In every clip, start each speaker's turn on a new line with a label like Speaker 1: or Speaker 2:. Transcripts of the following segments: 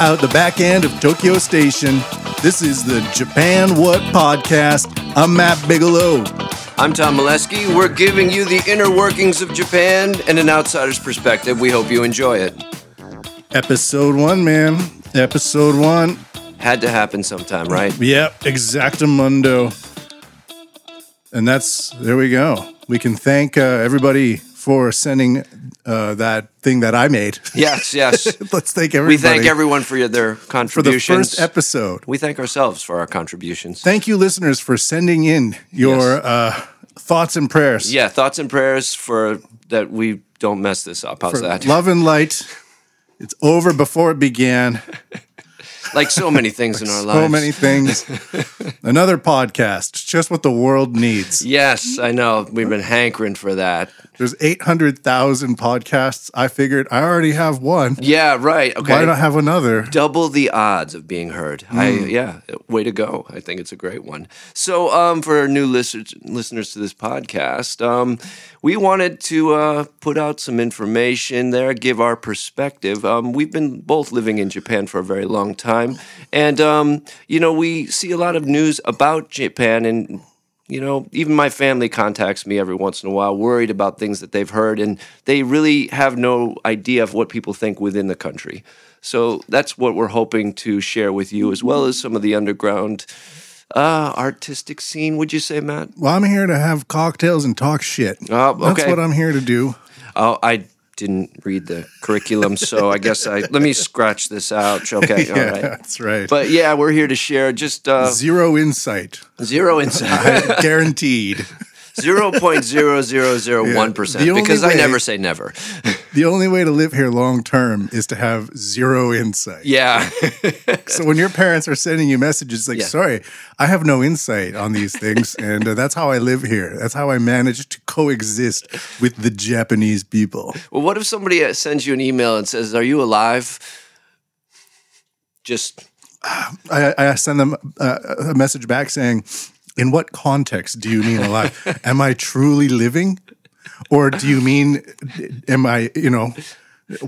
Speaker 1: out the back end of Tokyo Station. This is the Japan What Podcast. I'm Matt Bigelow.
Speaker 2: I'm Tom Molesky. We're giving you the inner workings of Japan and an outsider's perspective. We hope you enjoy it.
Speaker 1: Episode one, man. Episode one.
Speaker 2: Had to happen sometime, right?
Speaker 1: Yep, exactamundo. And that's there we go. We can thank uh, everybody for sending uh, that thing that I made.
Speaker 2: Yes, yes.
Speaker 1: Let's thank everybody
Speaker 2: We thank everyone for your- their
Speaker 1: for the
Speaker 2: contributions.
Speaker 1: first episode.
Speaker 2: we thank ourselves for our contributions.
Speaker 1: Thank you, listeners, for sending in your
Speaker 2: Yes.
Speaker 1: uh, thoughts and prayers.
Speaker 2: yeah, thoughts and prayers for that we don't mess this up. How's
Speaker 1: for
Speaker 2: that?
Speaker 1: love and light. It's over before it began.
Speaker 2: like so many things in our lives.
Speaker 1: So many things. Another podcast, just what the world needs.
Speaker 2: Yes, I know. We've been hankering for that.
Speaker 1: There's 800,000 podcasts. I figured I already have one.
Speaker 2: Yeah, right. Okay.
Speaker 1: Why not have another?
Speaker 2: double the odds of being heard. I yeah, way to go. I think it's a great one. So um, for our new listeners listeners to this podcast, um, we wanted to uh, put out some information there, give our perspective. Um, we've been both living in Japan for a very long time, and um, you know we see a lot of news about Japan and. You know, even my family contacts me every once in a while, worried about things that they've heard, and they really have no idea of what people think within the country. So that's what we're hoping to share with you, as well as some of the underground uh, artistic scene. Would you say, Matt?
Speaker 1: Well, I'm here to have cocktails and talk shit.
Speaker 2: Oh,
Speaker 1: That's
Speaker 2: okay.
Speaker 1: what I'm here to do.
Speaker 2: Oh, I didn't read the curriculum, so I guess I let me scratch this out. Okay,
Speaker 1: yeah,
Speaker 2: all right.
Speaker 1: that's right.
Speaker 2: But yeah, we're here to share just uh,
Speaker 1: Zero insight,
Speaker 2: zero insight,
Speaker 1: guaranteed.
Speaker 2: zero point zero zero zero one
Speaker 1: The
Speaker 2: percent.
Speaker 1: only
Speaker 2: Because I
Speaker 1: way-
Speaker 2: never say never.
Speaker 1: the only way to live here long term is to have zero insight.
Speaker 2: Yeah.
Speaker 1: So when your parents are sending you messages like,
Speaker 2: Yeah.
Speaker 1: "Sorry, I have no insight on these things," and uh, that's how I live here. That's how I manage to coexist with the Japanese people.
Speaker 2: Well, what if somebody uh, sends you an email and says, "Are you alive?" Just
Speaker 1: I, I send them uh, a message back saying, "In what context do you mean alive? am I truly living, or do you mean am I? You know."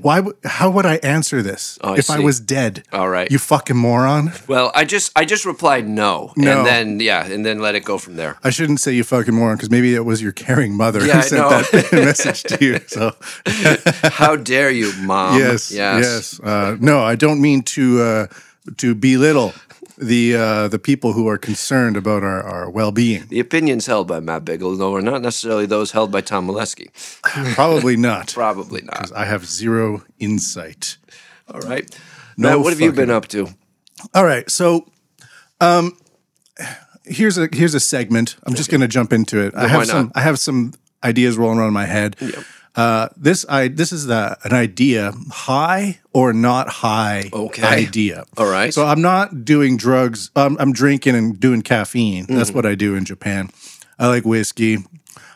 Speaker 1: Why? would- How would I answer this
Speaker 2: Oh, I
Speaker 1: if I
Speaker 2: see.
Speaker 1: was dead?
Speaker 2: All right.
Speaker 1: you fucking moron!
Speaker 2: well, I just I just replied no,
Speaker 1: No.
Speaker 2: and then yeah, and then let it go from there.
Speaker 1: I shouldn't say you fucking moron because maybe it was your caring mother
Speaker 2: Yeah, I
Speaker 1: who sent
Speaker 2: know.
Speaker 1: that message to you. So
Speaker 2: How dare you, mom?
Speaker 1: yes, yes. Uh, no, I don't mean to uh, to belittle the uh, the people who are concerned about our, our well being.
Speaker 2: The opinions held by Matt Bigelow are not necessarily those held by Tom Molesky.
Speaker 1: Probably not.
Speaker 2: Probably not.
Speaker 1: I have zero insight.
Speaker 2: All right.
Speaker 1: No
Speaker 2: Matt, what have you
Speaker 1: fucking-
Speaker 2: been up to?
Speaker 1: All right, so um, here's a here's a segment. I'm just going to jump into it. I
Speaker 2: why
Speaker 1: have some
Speaker 2: not?
Speaker 1: I have some ideas rolling around in my head. Uh, this I this is the, an idea, high or not high
Speaker 2: Okay.
Speaker 1: idea.
Speaker 2: All right.
Speaker 1: So I'm not doing drugs. Um, I'm drinking and doing caffeine.
Speaker 2: Mm.
Speaker 1: That's what I do in Japan. I like whiskey.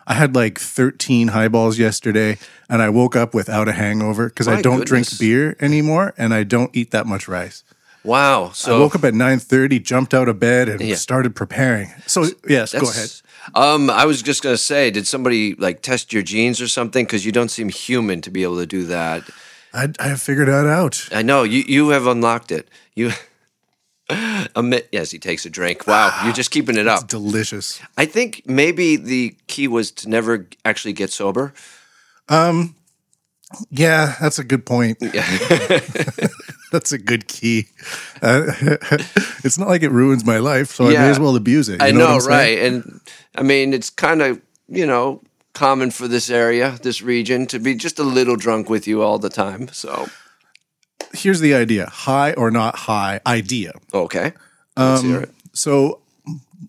Speaker 1: I had like 13 highballs yesterday, and I woke up without a hangover because I
Speaker 2: My
Speaker 1: don't
Speaker 2: goodness.
Speaker 1: drink beer anymore, and I don't eat that much rice.
Speaker 2: wow.
Speaker 1: I
Speaker 2: So
Speaker 1: woke up at 9.30, jumped out of bed, and
Speaker 2: Yeah.
Speaker 1: started preparing. So, yes, go ahead.
Speaker 2: that's- Um, I was just gonna say, did somebody like test your genes or something? Because you don't seem human to be able to do that.
Speaker 1: I, I have figured that out.
Speaker 2: I know you. You have unlocked it. You. Admit, yes, he takes a drink. Wow, you're just keeping it up.
Speaker 1: Delicious.
Speaker 2: I think maybe the key was to never actually get sober.
Speaker 1: Yeah, that's a good point. that's a good key. Uh, it's not like it ruins my life, so I
Speaker 2: Yeah.
Speaker 1: may as well abuse it. You
Speaker 2: I
Speaker 1: know,
Speaker 2: know,
Speaker 1: what I'm saying?
Speaker 2: right? And I mean, it's kind of you know common for this area, this region, to be just a little drunk with you all the time. So
Speaker 1: Here's the idea high or not high idea.
Speaker 2: okay, let's hear it.
Speaker 1: So,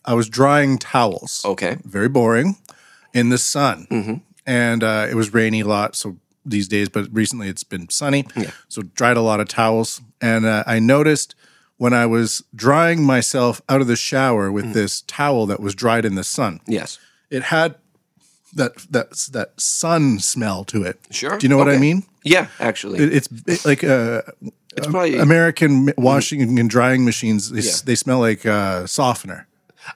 Speaker 1: I was drying towels.
Speaker 2: Okay,
Speaker 1: very boring in the sun
Speaker 2: Mm-hmm.
Speaker 1: and uh, it was rainy a lot so these days but recently it's been sunny so dried a lot of towels and uh, i noticed when i was drying myself out of the shower
Speaker 2: Mm.
Speaker 1: with this towel that was dried in the sun
Speaker 2: yes,
Speaker 1: it had that that that sun smell to it
Speaker 2: Sure.
Speaker 1: do you know what i
Speaker 2: Okay.
Speaker 1: mean
Speaker 2: yeah, actually,
Speaker 1: it, it's it- like uh,
Speaker 2: It's probably
Speaker 1: American mi- washing and drying machines, they, s
Speaker 2: Mm. Yeah.
Speaker 1: they smell like uh, softener,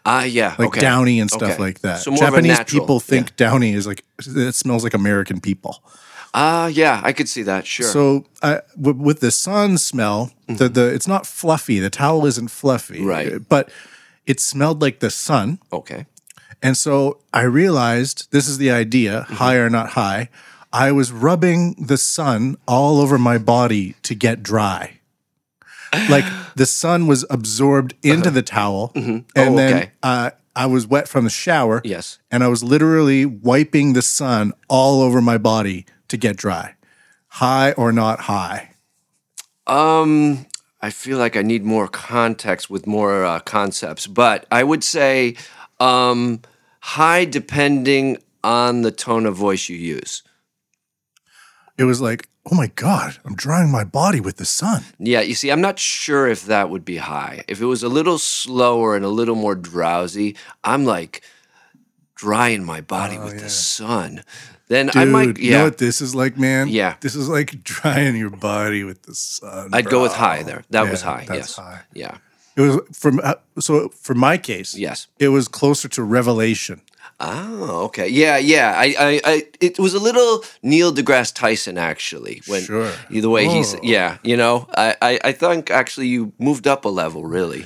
Speaker 2: ah yeah
Speaker 1: like
Speaker 2: okay.
Speaker 1: downy and stuff
Speaker 2: Okay.
Speaker 1: like that.
Speaker 2: So more of a
Speaker 1: Japanese
Speaker 2: natural,
Speaker 1: people think downy is like, it smells like American people.
Speaker 2: Ah yeah, I could see that. Sure.
Speaker 1: So I- w- with the sun smell, the, the it's not fluffy. The towel isn't fluffy.
Speaker 2: Mm-hmm. Right.
Speaker 1: But it smelled like the sun.
Speaker 2: okay.
Speaker 1: And so I realized this is the idea
Speaker 2: Mm-hmm.
Speaker 1: high or not high. I was rubbing the sun all over my body to get dry. Like the sun was absorbed into the towel. And
Speaker 2: Uh-huh. Oh,
Speaker 1: then
Speaker 2: okay.
Speaker 1: uh, I was wet from the shower.
Speaker 2: Yes.
Speaker 1: And I was literally wiping the sun all over my body to get dry. High or not high.
Speaker 2: Um, I feel like I need more context with more uh, concepts, but I would say um, high depending on the tone of voice you use.
Speaker 1: It was like, oh my God, I'm drying my body with the sun.
Speaker 2: Yeah, you see, I'm not sure if that would be high. If it was a little slower and a little more drowsy, I'm like drying my body with the sun. Then I
Speaker 1: Oh, Dude,
Speaker 2: might,
Speaker 1: you know
Speaker 2: yeah,
Speaker 1: what this is like, man?
Speaker 2: Yeah.
Speaker 1: This is like drying your body with the sun.
Speaker 2: I'd go with
Speaker 1: bro.
Speaker 2: high there. That was
Speaker 1: Oh, Yeah,
Speaker 2: high.
Speaker 1: that's
Speaker 2: yes.
Speaker 1: high.
Speaker 2: Yeah.
Speaker 1: It was from uh, so for my case,
Speaker 2: Yes.
Speaker 1: it was closer to revelation.
Speaker 2: Oh, okay. Yeah, yeah. I, I, I it was a little Neil deGrasse Tyson actually. When
Speaker 1: Sure.
Speaker 2: the way he's
Speaker 1: Oh.
Speaker 2: yeah, you know, I, I, I think actually you moved up a level really.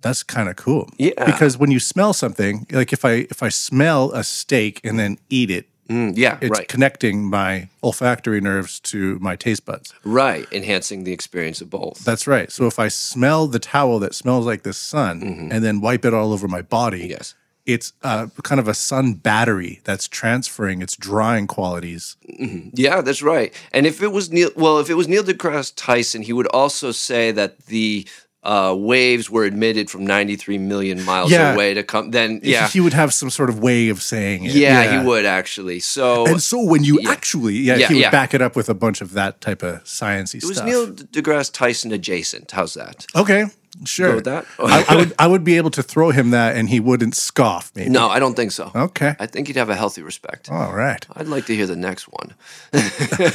Speaker 1: That's kind of cool.
Speaker 2: Yeah.
Speaker 1: Because when you smell something, like if I if I smell a steak and then eat it,
Speaker 2: Mm, yeah,
Speaker 1: it's
Speaker 2: right.
Speaker 1: connecting my olfactory nerves to my taste buds.
Speaker 2: Right. Enhancing the experience of both.
Speaker 1: That's right. So if I smell the towel that smells like the sun and then wipe it all over my body,
Speaker 2: Mm-hmm. Yes.
Speaker 1: it's uh, kind of a sun battery that's transferring its drying qualities.
Speaker 2: Yeah, that's right. And if it was Neil, well, if it was Neil deGrasse Tyson, he would also say that the uh, waves were emitted from 93 million miles
Speaker 1: Yeah.
Speaker 2: away to come. Then, yeah,
Speaker 1: He would have some sort of way of saying it.
Speaker 2: yeah, he would actually. So
Speaker 1: And so when you actually, yeah,
Speaker 2: Yeah,
Speaker 1: he would
Speaker 2: yeah.
Speaker 1: back it up with a bunch of that type of sciencey
Speaker 2: it was
Speaker 1: stuff.
Speaker 2: Neil deGrasse Tyson adjacent. How's that?
Speaker 1: okay, sure.
Speaker 2: with that?
Speaker 1: I, I would, I would be able to throw him that, and he wouldn't scoff. Maybe.
Speaker 2: No, I don't think so.
Speaker 1: Okay.
Speaker 2: I think you'd have a healthy respect.
Speaker 1: all right.
Speaker 2: I'd like to hear the next one.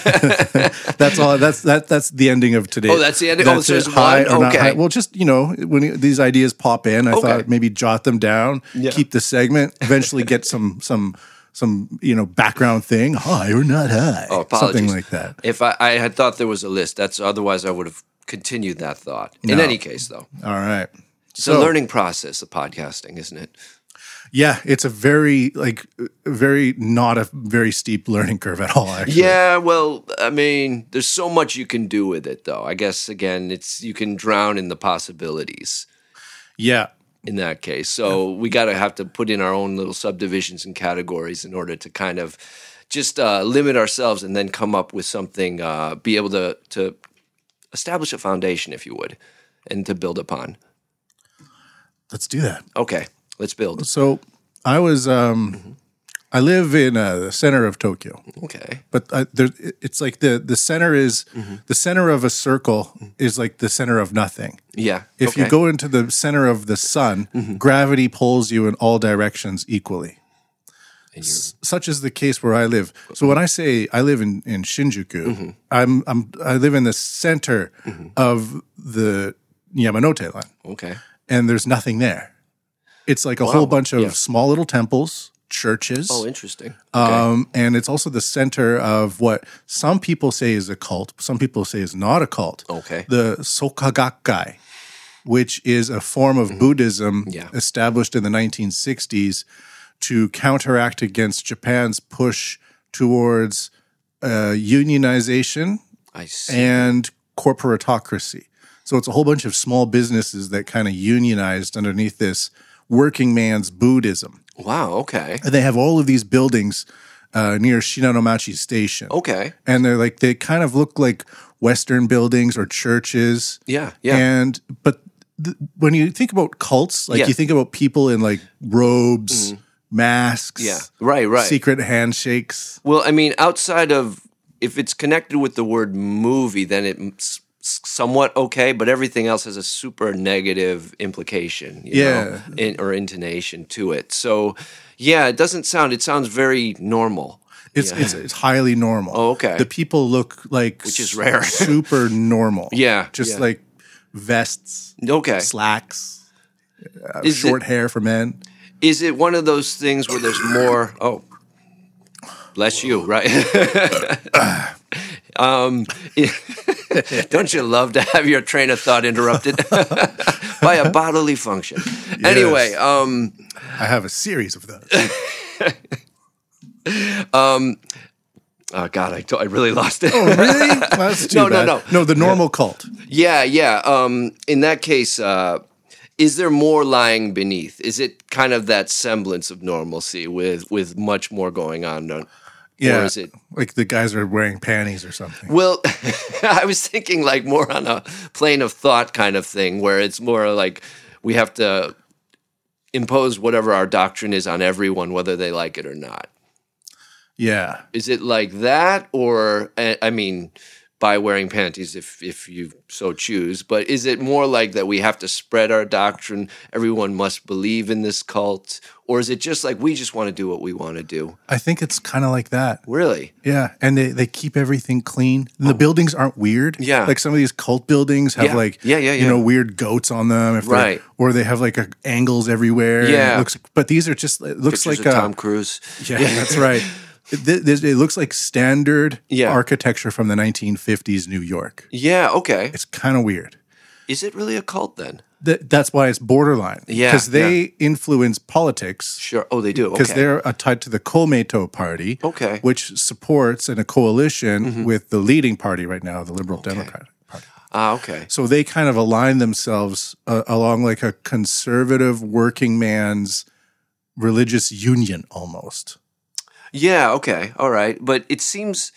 Speaker 1: That's all. That's that. That's the ending of today.
Speaker 2: Oh, that's the ending? Oh,
Speaker 1: it.
Speaker 2: so there's
Speaker 1: High
Speaker 2: one?
Speaker 1: or not
Speaker 2: Okay.
Speaker 1: high. Well, just you know, when these ideas pop in, I
Speaker 2: Okay.
Speaker 1: thought maybe jot them down, keep the segment, eventually get some some some you know background thing, high or not high,
Speaker 2: Oh,
Speaker 1: something
Speaker 2: apologies.
Speaker 1: like that.
Speaker 2: If I, I had thought there was a list, that's otherwise I would have continued that thought. In
Speaker 1: No.
Speaker 2: any case, though,
Speaker 1: All right.
Speaker 2: it's a learning process of podcasting, isn't it?
Speaker 1: Yeah, it's a very like very not a very steep learning curve at all. Actually,
Speaker 2: Yeah, well, I mean, there's so much you can do with it, though. I guess again, it's you can drown in the possibilities
Speaker 1: yeah,
Speaker 2: in that case. So we got to have to put in our own little subdivisions and categories in order to kind of just uh, limit ourselves and then come up with something, uh, be able to to establish a foundation, if you would, and to build upon.
Speaker 1: let's do that.
Speaker 2: Okay, let's build.
Speaker 1: So I was um, I live in uh, the center of Tokyo.
Speaker 2: Okay.
Speaker 1: but uh, there, it- it's like the the center is
Speaker 2: Mm-hmm.
Speaker 1: the center of a circle is like the center of nothing.
Speaker 2: Yeah.
Speaker 1: If you
Speaker 2: Mm-hmm. okay. Mm-hmm.
Speaker 1: go into the center of the sun, gravity pulls you in all directions equally.
Speaker 2: And you're-
Speaker 1: S- Such is the case where I live. So when I say I live in, in Shinjuku,
Speaker 2: Mm-hmm.
Speaker 1: I'm, I'm I live in the center of the Yamanote line,
Speaker 2: okay.
Speaker 1: and there's nothing there. It's like a whole bunch of
Speaker 2: Yeah.
Speaker 1: small little temples, churches.
Speaker 2: Oh, interesting. Okay.
Speaker 1: Um, and it's also the center of what some people say is a cult, some people say is not a cult.
Speaker 2: Okay.
Speaker 1: The Sokagakkai, which is a form of Buddhism
Speaker 2: Mm-hmm. Yeah.
Speaker 1: established in the 1960s to counteract against Japan's push towards uh, unionization
Speaker 2: I see.
Speaker 1: and corporatocracy. So it's a whole bunch of small businesses that kind of unionized underneath this working man's Buddhism.
Speaker 2: wow. Okay.
Speaker 1: And they have all of these buildings uh, near Shinanomachi Station.
Speaker 2: Okay.
Speaker 1: And they're like, they kind of look like Western buildings or churches.
Speaker 2: Yeah. Yeah.
Speaker 1: And, but th- when you think about cults, like
Speaker 2: Yeah. Mm-hmm.
Speaker 1: you think about people in like robes, masks,
Speaker 2: Yeah. Right. Right.
Speaker 1: secret handshakes.
Speaker 2: Well, I mean, outside of if it's connected with the word movie, then it's somewhat okay, but everything else has a super negative implication, you know, in, or intonation to it. So, yeah, it doesn't sound. It sounds very normal.
Speaker 1: It's it's it's highly normal.
Speaker 2: Oh, okay.
Speaker 1: The people look like
Speaker 2: Which is rare.
Speaker 1: super normal.
Speaker 2: Yeah,
Speaker 1: just
Speaker 2: yeah.
Speaker 1: like vests,
Speaker 2: Okay.
Speaker 1: slacks, uh,
Speaker 2: Is
Speaker 1: short
Speaker 2: it-
Speaker 1: hair for men.
Speaker 2: Is it one of those things where there's more? Oh, bless you, right? um, don't you love to have your train of thought interrupted by a bodily function? Anyway, um,
Speaker 1: I have a series of those.
Speaker 2: oh God, I, to- I really lost it.
Speaker 1: Oh, really? That's too
Speaker 2: No, no,
Speaker 1: bad.
Speaker 2: no.
Speaker 1: no. The normal cult.
Speaker 2: yeah, yeah. Um, in that case, uh, is there more lying beneath? Is it kind of that semblance of normalcy with with much more going on? Or
Speaker 1: Yeah,
Speaker 2: is it
Speaker 1: like the guys are wearing panties or something?
Speaker 2: Well, I was thinking like more on a plane of thought kind of thing, where it's more like we have to impose whatever our doctrine is on everyone, whether they like it or not.
Speaker 1: Yeah,
Speaker 2: Is it like that, or I I mean, by wearing panties, if if you so choose, but is it more like that we have to spread our doctrine? Everyone must believe in this cult, or is it just like we just want to do what we want to do?
Speaker 1: I think it's kind of like that.
Speaker 2: Really?
Speaker 1: Yeah, and they, they keep everything clean. And the buildings aren't weird.
Speaker 2: Oh. Yeah.
Speaker 1: like some of these cult buildings have
Speaker 2: Yeah.
Speaker 1: like
Speaker 2: Yeah, yeah,
Speaker 1: you know
Speaker 2: yeah.
Speaker 1: weird goats on them, if they're-
Speaker 2: Right.
Speaker 1: Or they have like a, angles everywhere. and it
Speaker 2: Yeah.
Speaker 1: looks, but these are just it looks
Speaker 2: Pictures
Speaker 1: like
Speaker 2: of
Speaker 1: a,
Speaker 2: Tom Cruise.
Speaker 1: yeah, that's right. It, th- this- it looks like standard
Speaker 2: Yeah.
Speaker 1: architecture from the 1950s New York.
Speaker 2: Yeah. Okay.
Speaker 1: It's kind of weird.
Speaker 2: Is it really a cult then?
Speaker 1: Th- that's why it's borderline.
Speaker 2: Yeah,
Speaker 1: because they influence politics.
Speaker 2: Sure. Oh, they do.
Speaker 1: because
Speaker 2: Okay.
Speaker 1: they're uh, tied to the Kolmeto Party,
Speaker 2: Okay. Mm-hmm.
Speaker 1: which supports in a coalition with the leading party right now, the Liberal Democrat Party.
Speaker 2: Ah, okay.
Speaker 1: So they kind of align themselves uh, along like a conservative working man's religious union almost.
Speaker 2: Yeah. Okay. All right. But it seems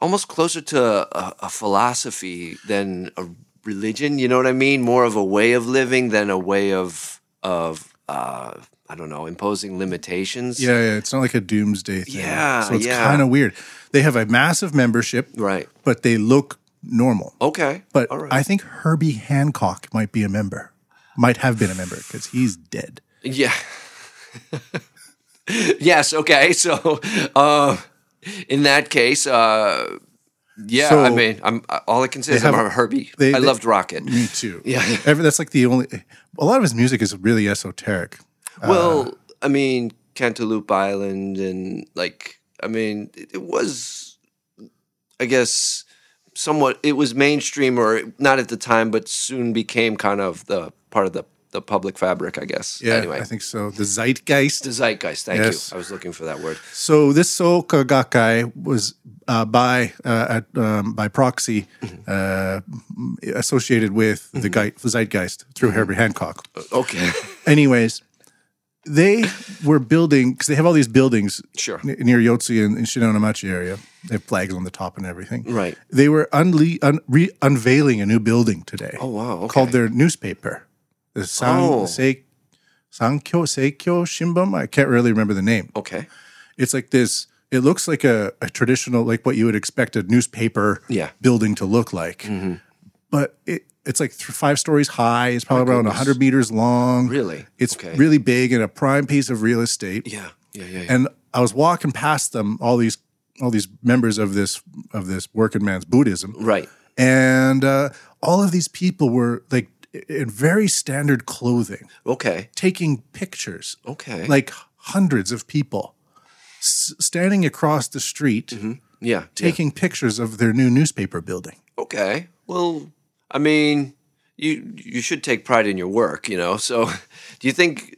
Speaker 2: almost closer to a, a philosophy than a religion. You know what I mean? More of a way of living than a way of of uh, I don't know imposing limitations.
Speaker 1: Yeah, yeah, it's not like a doomsday thing.
Speaker 2: Yeah,
Speaker 1: so it's
Speaker 2: yeah.
Speaker 1: kind of weird. They have a massive membership,
Speaker 2: Right.
Speaker 1: but they look normal.
Speaker 2: Okay.
Speaker 1: But
Speaker 2: all right.
Speaker 1: I think Herbie Hancock might be a member, might have been a member because he's dead.
Speaker 2: Yeah. yes. Okay. So, uh, in that case, uh, yeah. I
Speaker 1: So-
Speaker 2: mean, I'm all I can say is I'm
Speaker 1: have-
Speaker 2: a Herbie.
Speaker 1: they-
Speaker 2: I
Speaker 1: they-
Speaker 2: loved Rocket.
Speaker 1: Me too.
Speaker 2: Yeah.
Speaker 1: Every, that's like the only. A lot of his music is really esoteric. Uh,
Speaker 2: Well, I mean, Cantaloupe Island, and like, I mean, it, it was, I guess, somewhat. It was mainstream, or not at the time, but soon became kind of the part of the the public fabric, I guess.
Speaker 1: Yeah,
Speaker 2: anyway,
Speaker 1: I think so. The Zeitgeist.
Speaker 2: the zeitgeist. Thank
Speaker 1: Yes.
Speaker 2: you. I was looking for that word.
Speaker 1: So this Soka Gakkai was uh, by uh, at, um, by proxy
Speaker 2: Mm-hmm.
Speaker 1: uh, associated with the, gei- the Zeitgeist through
Speaker 2: Mm-hmm.
Speaker 1: Herbie Hancock.
Speaker 2: Okay,
Speaker 1: Anyways, they were building because they have all these buildings
Speaker 2: Sure.
Speaker 1: n- near Yotsu in, in Shinonamachi area. They have flags on the top and everything.
Speaker 2: right.
Speaker 1: They were unle- un- re- unveiling a new building today.
Speaker 2: Oh wow. Okay.
Speaker 1: called their newspaper, the San,
Speaker 2: Oh.
Speaker 1: Se, Sankyo Seikyo Shimbun. I can't really remember the name.
Speaker 2: okay.
Speaker 1: It's like this. It looks like a, a traditional, like what you would expect a newspaper
Speaker 2: Yeah. Mm-hmm.
Speaker 1: building to look like, but it, it's like th- five stories high. It's probably around hundred meters long.
Speaker 2: Really?
Speaker 1: it's
Speaker 2: Okay.
Speaker 1: really big and a prime piece of real estate.
Speaker 2: Yeah. Yeah. Yeah. yeah.
Speaker 1: And I was walking past them, all these all these members of this of this working man's Buddhism,
Speaker 2: right.
Speaker 1: and uh, all of these people were like in very standard clothing
Speaker 2: Okay.
Speaker 1: taking pictures
Speaker 2: Okay.
Speaker 1: like hundreds of people s- standing across the street
Speaker 2: yeah. Mm-hmm. yeah.
Speaker 1: taking pictures of their new newspaper building
Speaker 2: Okay. Well, I mean, you you should take pride in your work, you know. So, do you think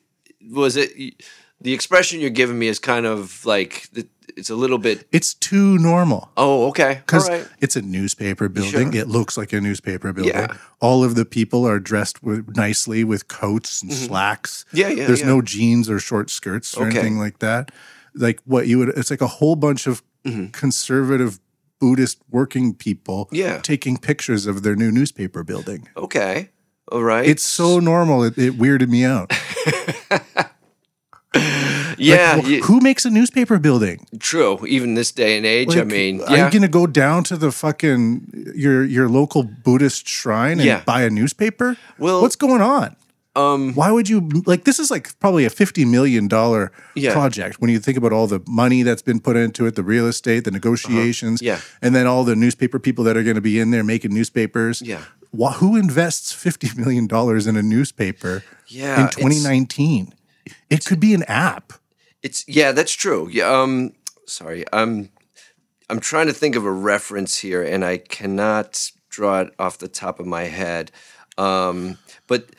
Speaker 2: was it the expression you're giving me is kind of like the- it's a little bit
Speaker 1: it's too normal
Speaker 2: oh okay all
Speaker 1: because
Speaker 2: right
Speaker 1: it's a newspaper building it looks like a newspaper building
Speaker 2: Yeah.
Speaker 1: all of the people are dressed with, nicely with coats and
Speaker 2: Mm-hmm.
Speaker 1: slacks
Speaker 2: Yeah, yeah,
Speaker 1: there's
Speaker 2: yeah.
Speaker 1: no jeans or short skirts or
Speaker 2: Okay.
Speaker 1: anything like that like what you would it's like a whole bunch of
Speaker 2: Mm-hmm.
Speaker 1: conservative buddhist working people
Speaker 2: Yeah.
Speaker 1: taking pictures of their new newspaper building
Speaker 2: okay all right
Speaker 1: it's so normal it, it weirded me out Like,
Speaker 2: yeah
Speaker 1: wh-
Speaker 2: you-
Speaker 1: who makes a newspaper building
Speaker 2: true even this day and age I
Speaker 1: Like,
Speaker 2: mean yeah
Speaker 1: I'm gonna go down to the fucking your your local Buddhist shrine and
Speaker 2: Yeah.
Speaker 1: buy a newspaper.
Speaker 2: Well-
Speaker 1: what's going on?
Speaker 2: Um,
Speaker 1: Why would you like this is like probably a 50 million dollar
Speaker 2: Yeah.
Speaker 1: project when you think about all the money that's been put into it, the real estate, the negotiations,
Speaker 2: Uh-huh. Yeah.
Speaker 1: and then all the newspaper people that are going to be in there making newspapers.
Speaker 2: Yeah.
Speaker 1: Wha- who invests 50 million dollars in a newspaper
Speaker 2: Yeah,
Speaker 1: in
Speaker 2: it's-
Speaker 1: 2019? It could be an app.
Speaker 2: It's yeah, that's true. Yeah, um, sorry, I'm I'm trying to think of a reference here, and I cannot draw it off the top of my head. Um, but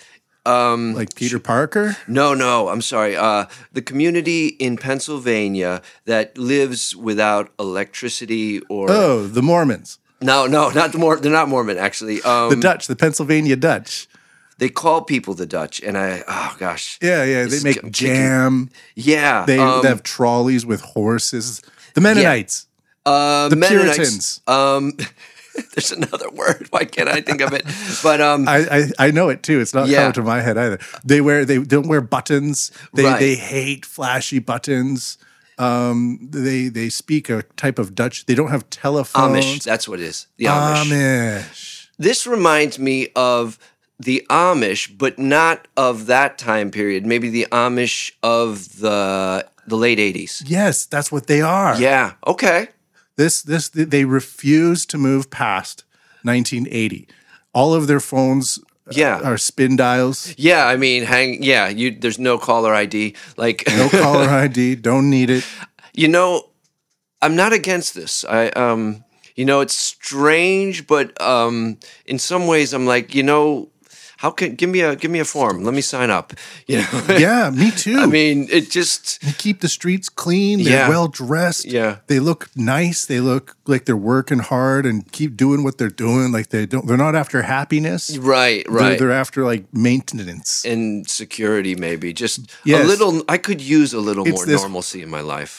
Speaker 2: um,
Speaker 1: Like Peter Parker?
Speaker 2: no, no, I'm sorry. Uh, the community in Pennsylvania that lives without electricity or
Speaker 1: Oh, the Mormons.
Speaker 2: no, no, not the Mor- They're not Mormon actually. Um,
Speaker 1: The Dutch, the Pennsylvania Dutch.
Speaker 2: they call people the Dutch, and I oh gosh,
Speaker 1: Yeah, yeah. They
Speaker 2: It's
Speaker 1: make
Speaker 2: kicking-
Speaker 1: jam.
Speaker 2: yeah.
Speaker 1: They,
Speaker 2: um,
Speaker 1: they have trolleys with horses. The Mennonites.
Speaker 2: uh,
Speaker 1: the
Speaker 2: Mennonites,
Speaker 1: Puritans.
Speaker 2: Um, there's another word. Why can't I think of it? But um,
Speaker 1: I, I I know it too. It's not
Speaker 2: Yeah.
Speaker 1: coming to my head either. They wear they don't wear buttons. They
Speaker 2: Right.
Speaker 1: they hate flashy buttons. Um, they they speak a type of Dutch. They don't have telephones.
Speaker 2: Amish. That's what it is. The Amish.
Speaker 1: Amish.
Speaker 2: This reminds me of the Amish, but not of that time period. Maybe the Amish of the the late '80s.
Speaker 1: Yes, that's what they are.
Speaker 2: Yeah. Okay.
Speaker 1: This this they refuse to move past 1980. All of their phones
Speaker 2: Yeah.
Speaker 1: are spin dials.
Speaker 2: Yeah. I mean, hang. Yeah. You. There's no caller ID. Like.
Speaker 1: No caller ID. Don't need it.
Speaker 2: You know, I'm not against this. I um you know, it's strange, but um in some ways I'm like, you know, how can give me a give me a form. Let me sign up. You know.
Speaker 1: Yeah, me too.
Speaker 2: I mean, it just
Speaker 1: They keep the streets clean. They're
Speaker 2: Yeah.
Speaker 1: well dressed.
Speaker 2: Yeah.
Speaker 1: They look nice. They look like they're working hard and keep doing what they're doing. Like they don't. They're not after happiness.
Speaker 2: right,
Speaker 1: They're-
Speaker 2: right.
Speaker 1: They're, after like maintenance.
Speaker 2: and security maybe just
Speaker 1: Yes.
Speaker 2: a little i could use a little more
Speaker 1: this-
Speaker 2: normalcy in my life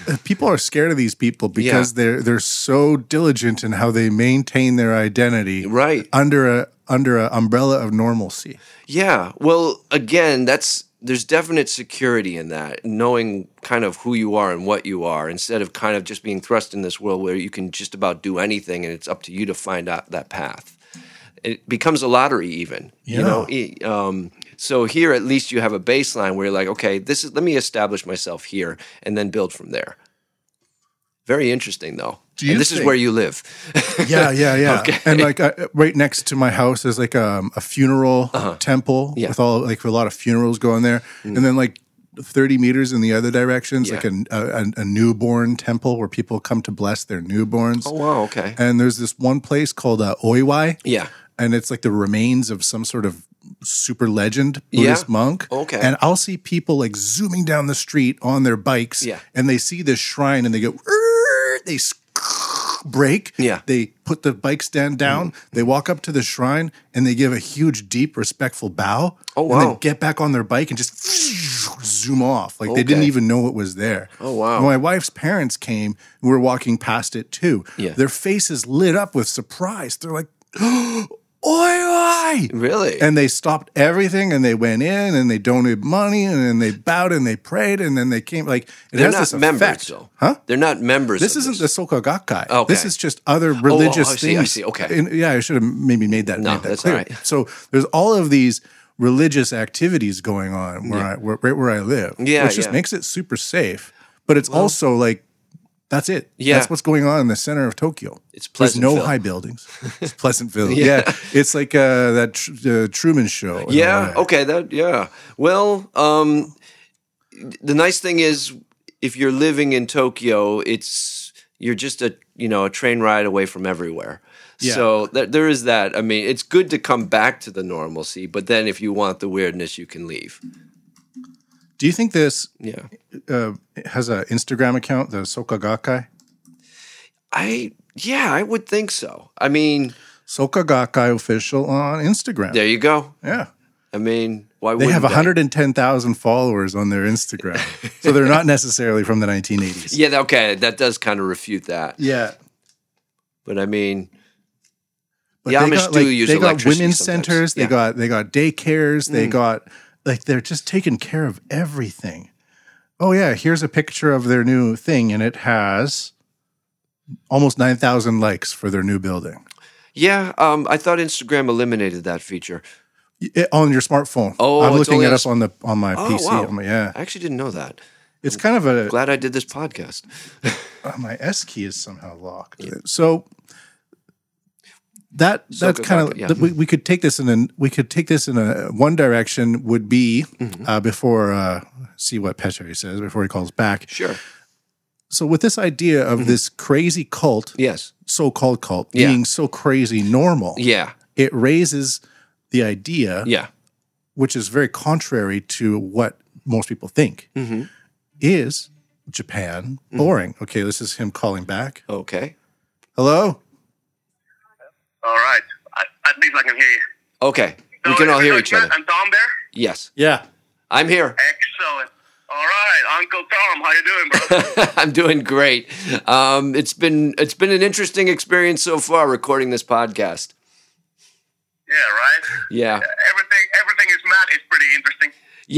Speaker 1: Uh, people are scared of these people because they're they're so diligent in how they maintain their identity.
Speaker 2: Right.
Speaker 1: Under a under an umbrella of normalcy.
Speaker 2: yeah well again that's there's definite security in that knowing kind of who you are and what you are instead of kind of just being thrust in this world where you can just about do anything and it's up to you to find out that path it becomes a lottery even you
Speaker 1: Yeah.
Speaker 2: know E- um, so here at least you have a baseline where you're like okay this is let me establish myself here and then build from there very interesting though
Speaker 1: Do you
Speaker 2: and this is
Speaker 1: think-
Speaker 2: where you live
Speaker 1: Yeah, yeah, yeah. And like uh, right next to my house is like um, a funeral temple
Speaker 2: Uh-huh. Yeah. Mm.
Speaker 1: with all like a lot of funerals going there, and then like. 30 meters in the other direction is like a, a, a newborn temple where people come to bless their newborns.
Speaker 2: Oh wow, okay.
Speaker 1: And there's this one place called uh, Oiwai.
Speaker 2: Yeah.
Speaker 1: And it's like the remains of some sort of super legend Buddhist
Speaker 2: Yeah.
Speaker 1: monk.
Speaker 2: Okay.
Speaker 1: And I'll see people like zooming down the street on their bikes.
Speaker 2: Yeah.
Speaker 1: And they see this shrine and they go, "Er," they s- break.
Speaker 2: Yeah. Mm-hmm.
Speaker 1: They put the bike stand down. They walk up to the shrine and they give a huge, deep, respectful bow.
Speaker 2: Oh,
Speaker 1: And
Speaker 2: wow.
Speaker 1: then get back on their bike and just zoom off. Like they didn't
Speaker 2: Okay.
Speaker 1: even know it was there.
Speaker 2: Oh, wow.
Speaker 1: When my wife's parents came, we were walking past it too.
Speaker 2: Yeah.
Speaker 1: Their faces lit up with surprise. They're like, oi, oi.
Speaker 2: Really?
Speaker 1: And they stopped everything and they went in and they donated money and then they bowed and they prayed and then they came. Like, it
Speaker 2: They're
Speaker 1: has
Speaker 2: not
Speaker 1: this
Speaker 2: members
Speaker 1: effect.
Speaker 2: though.
Speaker 1: Huh?
Speaker 2: They're not members.
Speaker 1: This
Speaker 2: of
Speaker 1: isn't the Soka Gakkai.
Speaker 2: Okay. Oh,
Speaker 1: This is just other religious
Speaker 2: I see, I
Speaker 1: things.
Speaker 2: see. Okay.
Speaker 1: In- yeah, I should have maybe made that, made that
Speaker 2: that's
Speaker 1: clear.
Speaker 2: all right.
Speaker 1: So there's all of these religious activities going on where I, where, right where I live,
Speaker 2: Yeah,
Speaker 1: which just
Speaker 2: yeah.
Speaker 1: makes it super safe. But it's also like, that's it.
Speaker 2: Yeah.
Speaker 1: That's what's going on in the center of Tokyo.
Speaker 2: It's
Speaker 1: There's no
Speaker 2: Pleasantville.
Speaker 1: high buildings. It's Pleasantville. yeah. It's like uh, that tr- uh, Truman Show. in a
Speaker 2: Yeah.
Speaker 1: way.
Speaker 2: Okay. That. Yeah. Well, um, the nice thing is, if you're living in Tokyo, it's you're just a you know a train ride away from everywhere.
Speaker 1: Yeah.
Speaker 2: So that, there is that. I mean, it's good to come back to the normalcy, but then if you want the weirdness, you can leave.
Speaker 1: Do you think this
Speaker 2: Yeah.
Speaker 1: uh, has an Instagram account, the Soka Gakkai?
Speaker 2: I. Yeah, I would think so. I mean,
Speaker 1: Soka Gakkai official on Instagram.
Speaker 2: there you go.
Speaker 1: Yeah.
Speaker 2: I mean, why
Speaker 1: They have
Speaker 2: wouldn't
Speaker 1: 110,000 followers on their Instagram. so they're not necessarily from the 1980s.
Speaker 2: Yeah, that- okay, that does kind of refute that.
Speaker 1: Yeah.
Speaker 2: But I mean,
Speaker 1: But
Speaker 2: The
Speaker 1: they
Speaker 2: Amish
Speaker 1: got,
Speaker 2: do
Speaker 1: like,
Speaker 2: use
Speaker 1: They got
Speaker 2: electricity
Speaker 1: women's
Speaker 2: sometimes.
Speaker 1: centers, they
Speaker 2: Yeah. Mm.
Speaker 1: got they got daycares, they got like they're just taking care of everything. Oh yeah, here's a picture of their new thing and it has almost 9,000 likes for their new building.
Speaker 2: yeah, um, I thought Instagram eliminated that feature.
Speaker 1: It- eh, on your smartphone.
Speaker 2: Oh,
Speaker 1: I'm
Speaker 2: it's
Speaker 1: looking
Speaker 2: only
Speaker 1: it
Speaker 2: on
Speaker 1: up on the on my
Speaker 2: Oh,
Speaker 1: PC.
Speaker 2: wow.
Speaker 1: On my- yeah,
Speaker 2: I actually didn't know that.
Speaker 1: it's kind of a
Speaker 2: Glad I did this podcast.
Speaker 1: uh, my S key is somehow locked. So that
Speaker 2: So
Speaker 1: that's
Speaker 2: go
Speaker 1: kind of
Speaker 2: back, yeah.
Speaker 1: we, we could take this in an we could take this in a one direction would be
Speaker 2: Mm-hmm.
Speaker 1: uh, before uh, see what Petri says before he calls back.
Speaker 2: Sure.
Speaker 1: So with this idea of this crazy cult,
Speaker 2: Yes.
Speaker 1: so-called cult
Speaker 2: Mm-hmm. Yeah.
Speaker 1: being so crazy normal,
Speaker 2: Yeah.
Speaker 1: it raises the idea
Speaker 2: Yeah.
Speaker 1: which is very contrary to what most people think, is Japan
Speaker 2: Mm.
Speaker 1: boring? Okay, this is him calling back.
Speaker 2: Okay.
Speaker 1: Hello?
Speaker 3: All right. I, at least I can hear you.
Speaker 2: Okay. We
Speaker 3: So
Speaker 2: can all
Speaker 3: is
Speaker 2: hear
Speaker 3: it
Speaker 2: each other.
Speaker 3: I'm Tom there.
Speaker 2: Yes.
Speaker 1: Yeah.
Speaker 2: I'm here.
Speaker 3: Excellent. All right, Uncle Tom, how you doing, bro?
Speaker 2: I'm doing great. Um, it's been it's been an interesting experience so far recording this podcast.
Speaker 3: yeah, right.
Speaker 2: Yeah.
Speaker 3: Everything, everything is mad. It's pretty interesting.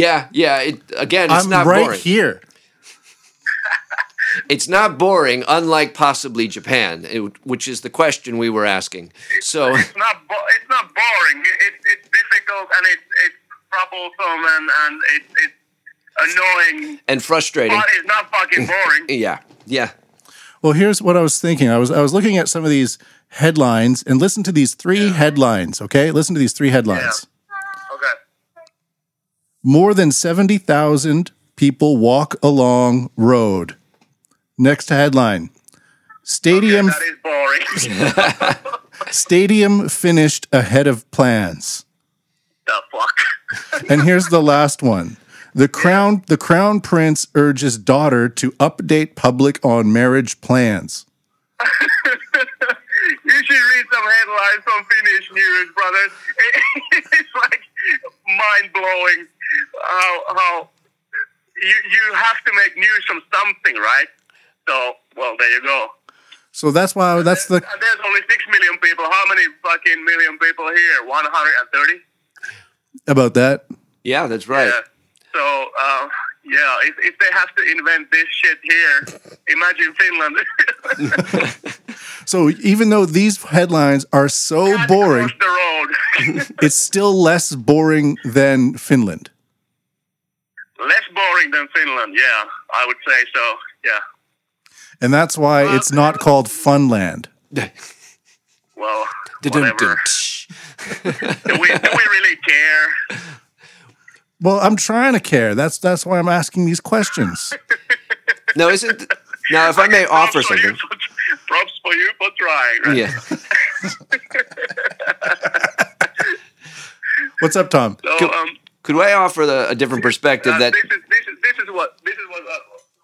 Speaker 2: Yeah. Yeah. It, again, it's
Speaker 1: I'm
Speaker 2: not
Speaker 1: right
Speaker 2: boring.
Speaker 1: here.
Speaker 2: It's not boring, unlike possibly Japan, it- which is the question we were asking. So,
Speaker 3: It's not, bo- it's not boring. It, it, it's difficult and it's it's troublesome and and it, it's annoying,
Speaker 2: and frustrating.
Speaker 3: but it's not fucking boring.
Speaker 2: Yeah. Yeah.
Speaker 1: Well, here's what I was thinking. I was I was looking at some of these headlines and listen to these three headlines, okay? Listen to these three headlines.
Speaker 3: Okay.
Speaker 1: More than 70,000 people walk along road. Next headline. Stadium
Speaker 3: That is boring.
Speaker 1: stadium finished ahead of plans.
Speaker 3: the fuck.
Speaker 1: And here's the last one. The crown the crown prince urges daughter to update public on marriage plans.
Speaker 3: You should read some headlines on Finnish news, brothers. it's like mind blowing how how you you have to make news from something, right? So well, there you go.
Speaker 1: So that's why that's the
Speaker 3: And there's only six million people. How many fucking million people here? One hundred and thirty.
Speaker 1: about that.
Speaker 2: Yeah, that's right.
Speaker 3: Yeah. So uh, yeah, if, if they have to invent this shit here, imagine Finland.
Speaker 1: So even though these headlines are so boring,
Speaker 3: Across the road.
Speaker 1: it's still less boring than Finland.
Speaker 3: Less boring than Finland. Yeah, I would say so. Yeah.
Speaker 1: And that's why it's not called Funland.
Speaker 3: Well, whatever.
Speaker 2: Da-dum-dum-tsh.
Speaker 3: do, we, do we really care?
Speaker 1: Well, I'm trying to care. That's that's why I'm asking these questions.
Speaker 2: Now, isn't now if I may offer
Speaker 3: Props for you
Speaker 2: something?
Speaker 3: for- props for you for trying. Right?
Speaker 2: Yeah.
Speaker 1: What's up, Tom?
Speaker 3: So um,
Speaker 2: Could I offer the, a different perspective
Speaker 3: uh,
Speaker 2: that?
Speaker 3: this is this is this is what this is what. Uh,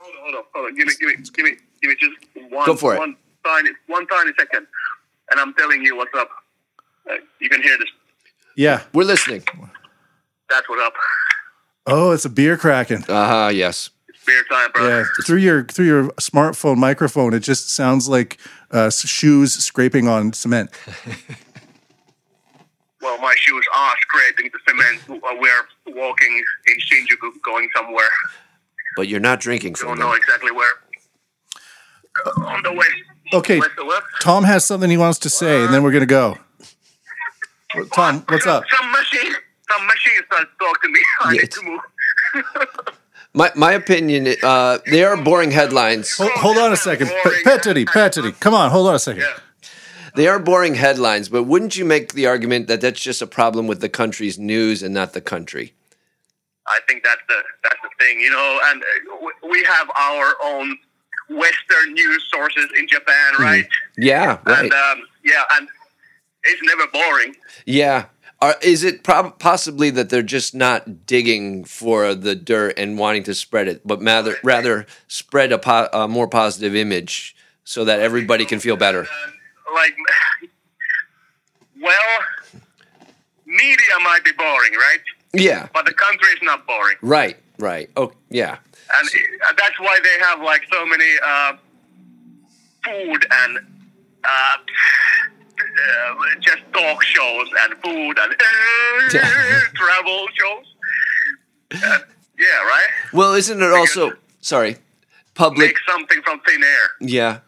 Speaker 3: hold on, hold on, hold on. Give me, give me, give me, give me just one,
Speaker 2: Go for it.
Speaker 3: one tiny, one tiny second, and I'm telling you what's up. Uh, you can hear this.
Speaker 1: Yeah.
Speaker 2: We're listening.
Speaker 3: That's what's up.
Speaker 1: Oh, it's a beer cracking.
Speaker 2: Ah, uh yes.
Speaker 3: It's beer time, bro.
Speaker 1: Yeah. Through your through your smartphone microphone, it just sounds like uh, shoes scraping on cement.
Speaker 3: Well, my shoes are scraping the cement. while We're walking in Shinjuku, going somewhere.
Speaker 2: But you're not drinking from
Speaker 3: Don't
Speaker 2: them.
Speaker 3: know exactly where. Uh, on the west.
Speaker 1: Okay.
Speaker 3: West, west.
Speaker 1: Tom has something he wants to say, and then we're gonna go. Well, Tom, what's
Speaker 3: some,
Speaker 1: up?
Speaker 3: Some machine, some machine starts talking to me. I
Speaker 2: Yeah,
Speaker 3: need to
Speaker 2: it's-
Speaker 3: move.
Speaker 2: My my opinion. Uh, they are boring headlines.
Speaker 1: Hold, hold on a second. Pe- Pettity, Pettity, come on, hold on a second.
Speaker 2: They are boring headlines. But wouldn't you make the argument that that's just a problem with the country's news and not the country?
Speaker 3: I think that's the that's the thing, you know. And uh, w- we have our own Western news sources in Japan, right?
Speaker 2: Yeah. Hmm. Right.
Speaker 3: And um, yeah, and it's never boring.
Speaker 2: Yeah. Are, is it prob- possibly that they're just not digging for the dirt and wanting to spread it, but rather rather spread a, po- a more positive image so that everybody can feel better?
Speaker 3: And, uh, like, well, media might be boring, right?
Speaker 2: Yeah.
Speaker 3: But the country is not boring.
Speaker 2: Right. Right. Oh, yeah.
Speaker 3: and uh, that's why they have like so many uh, food and uh, uh, just talk shows and food and uh, travel shows. Uh, yeah, right.
Speaker 2: Well, isn't it also sorry,
Speaker 3: Make
Speaker 2: public?
Speaker 3: something from thin air.
Speaker 2: Yeah.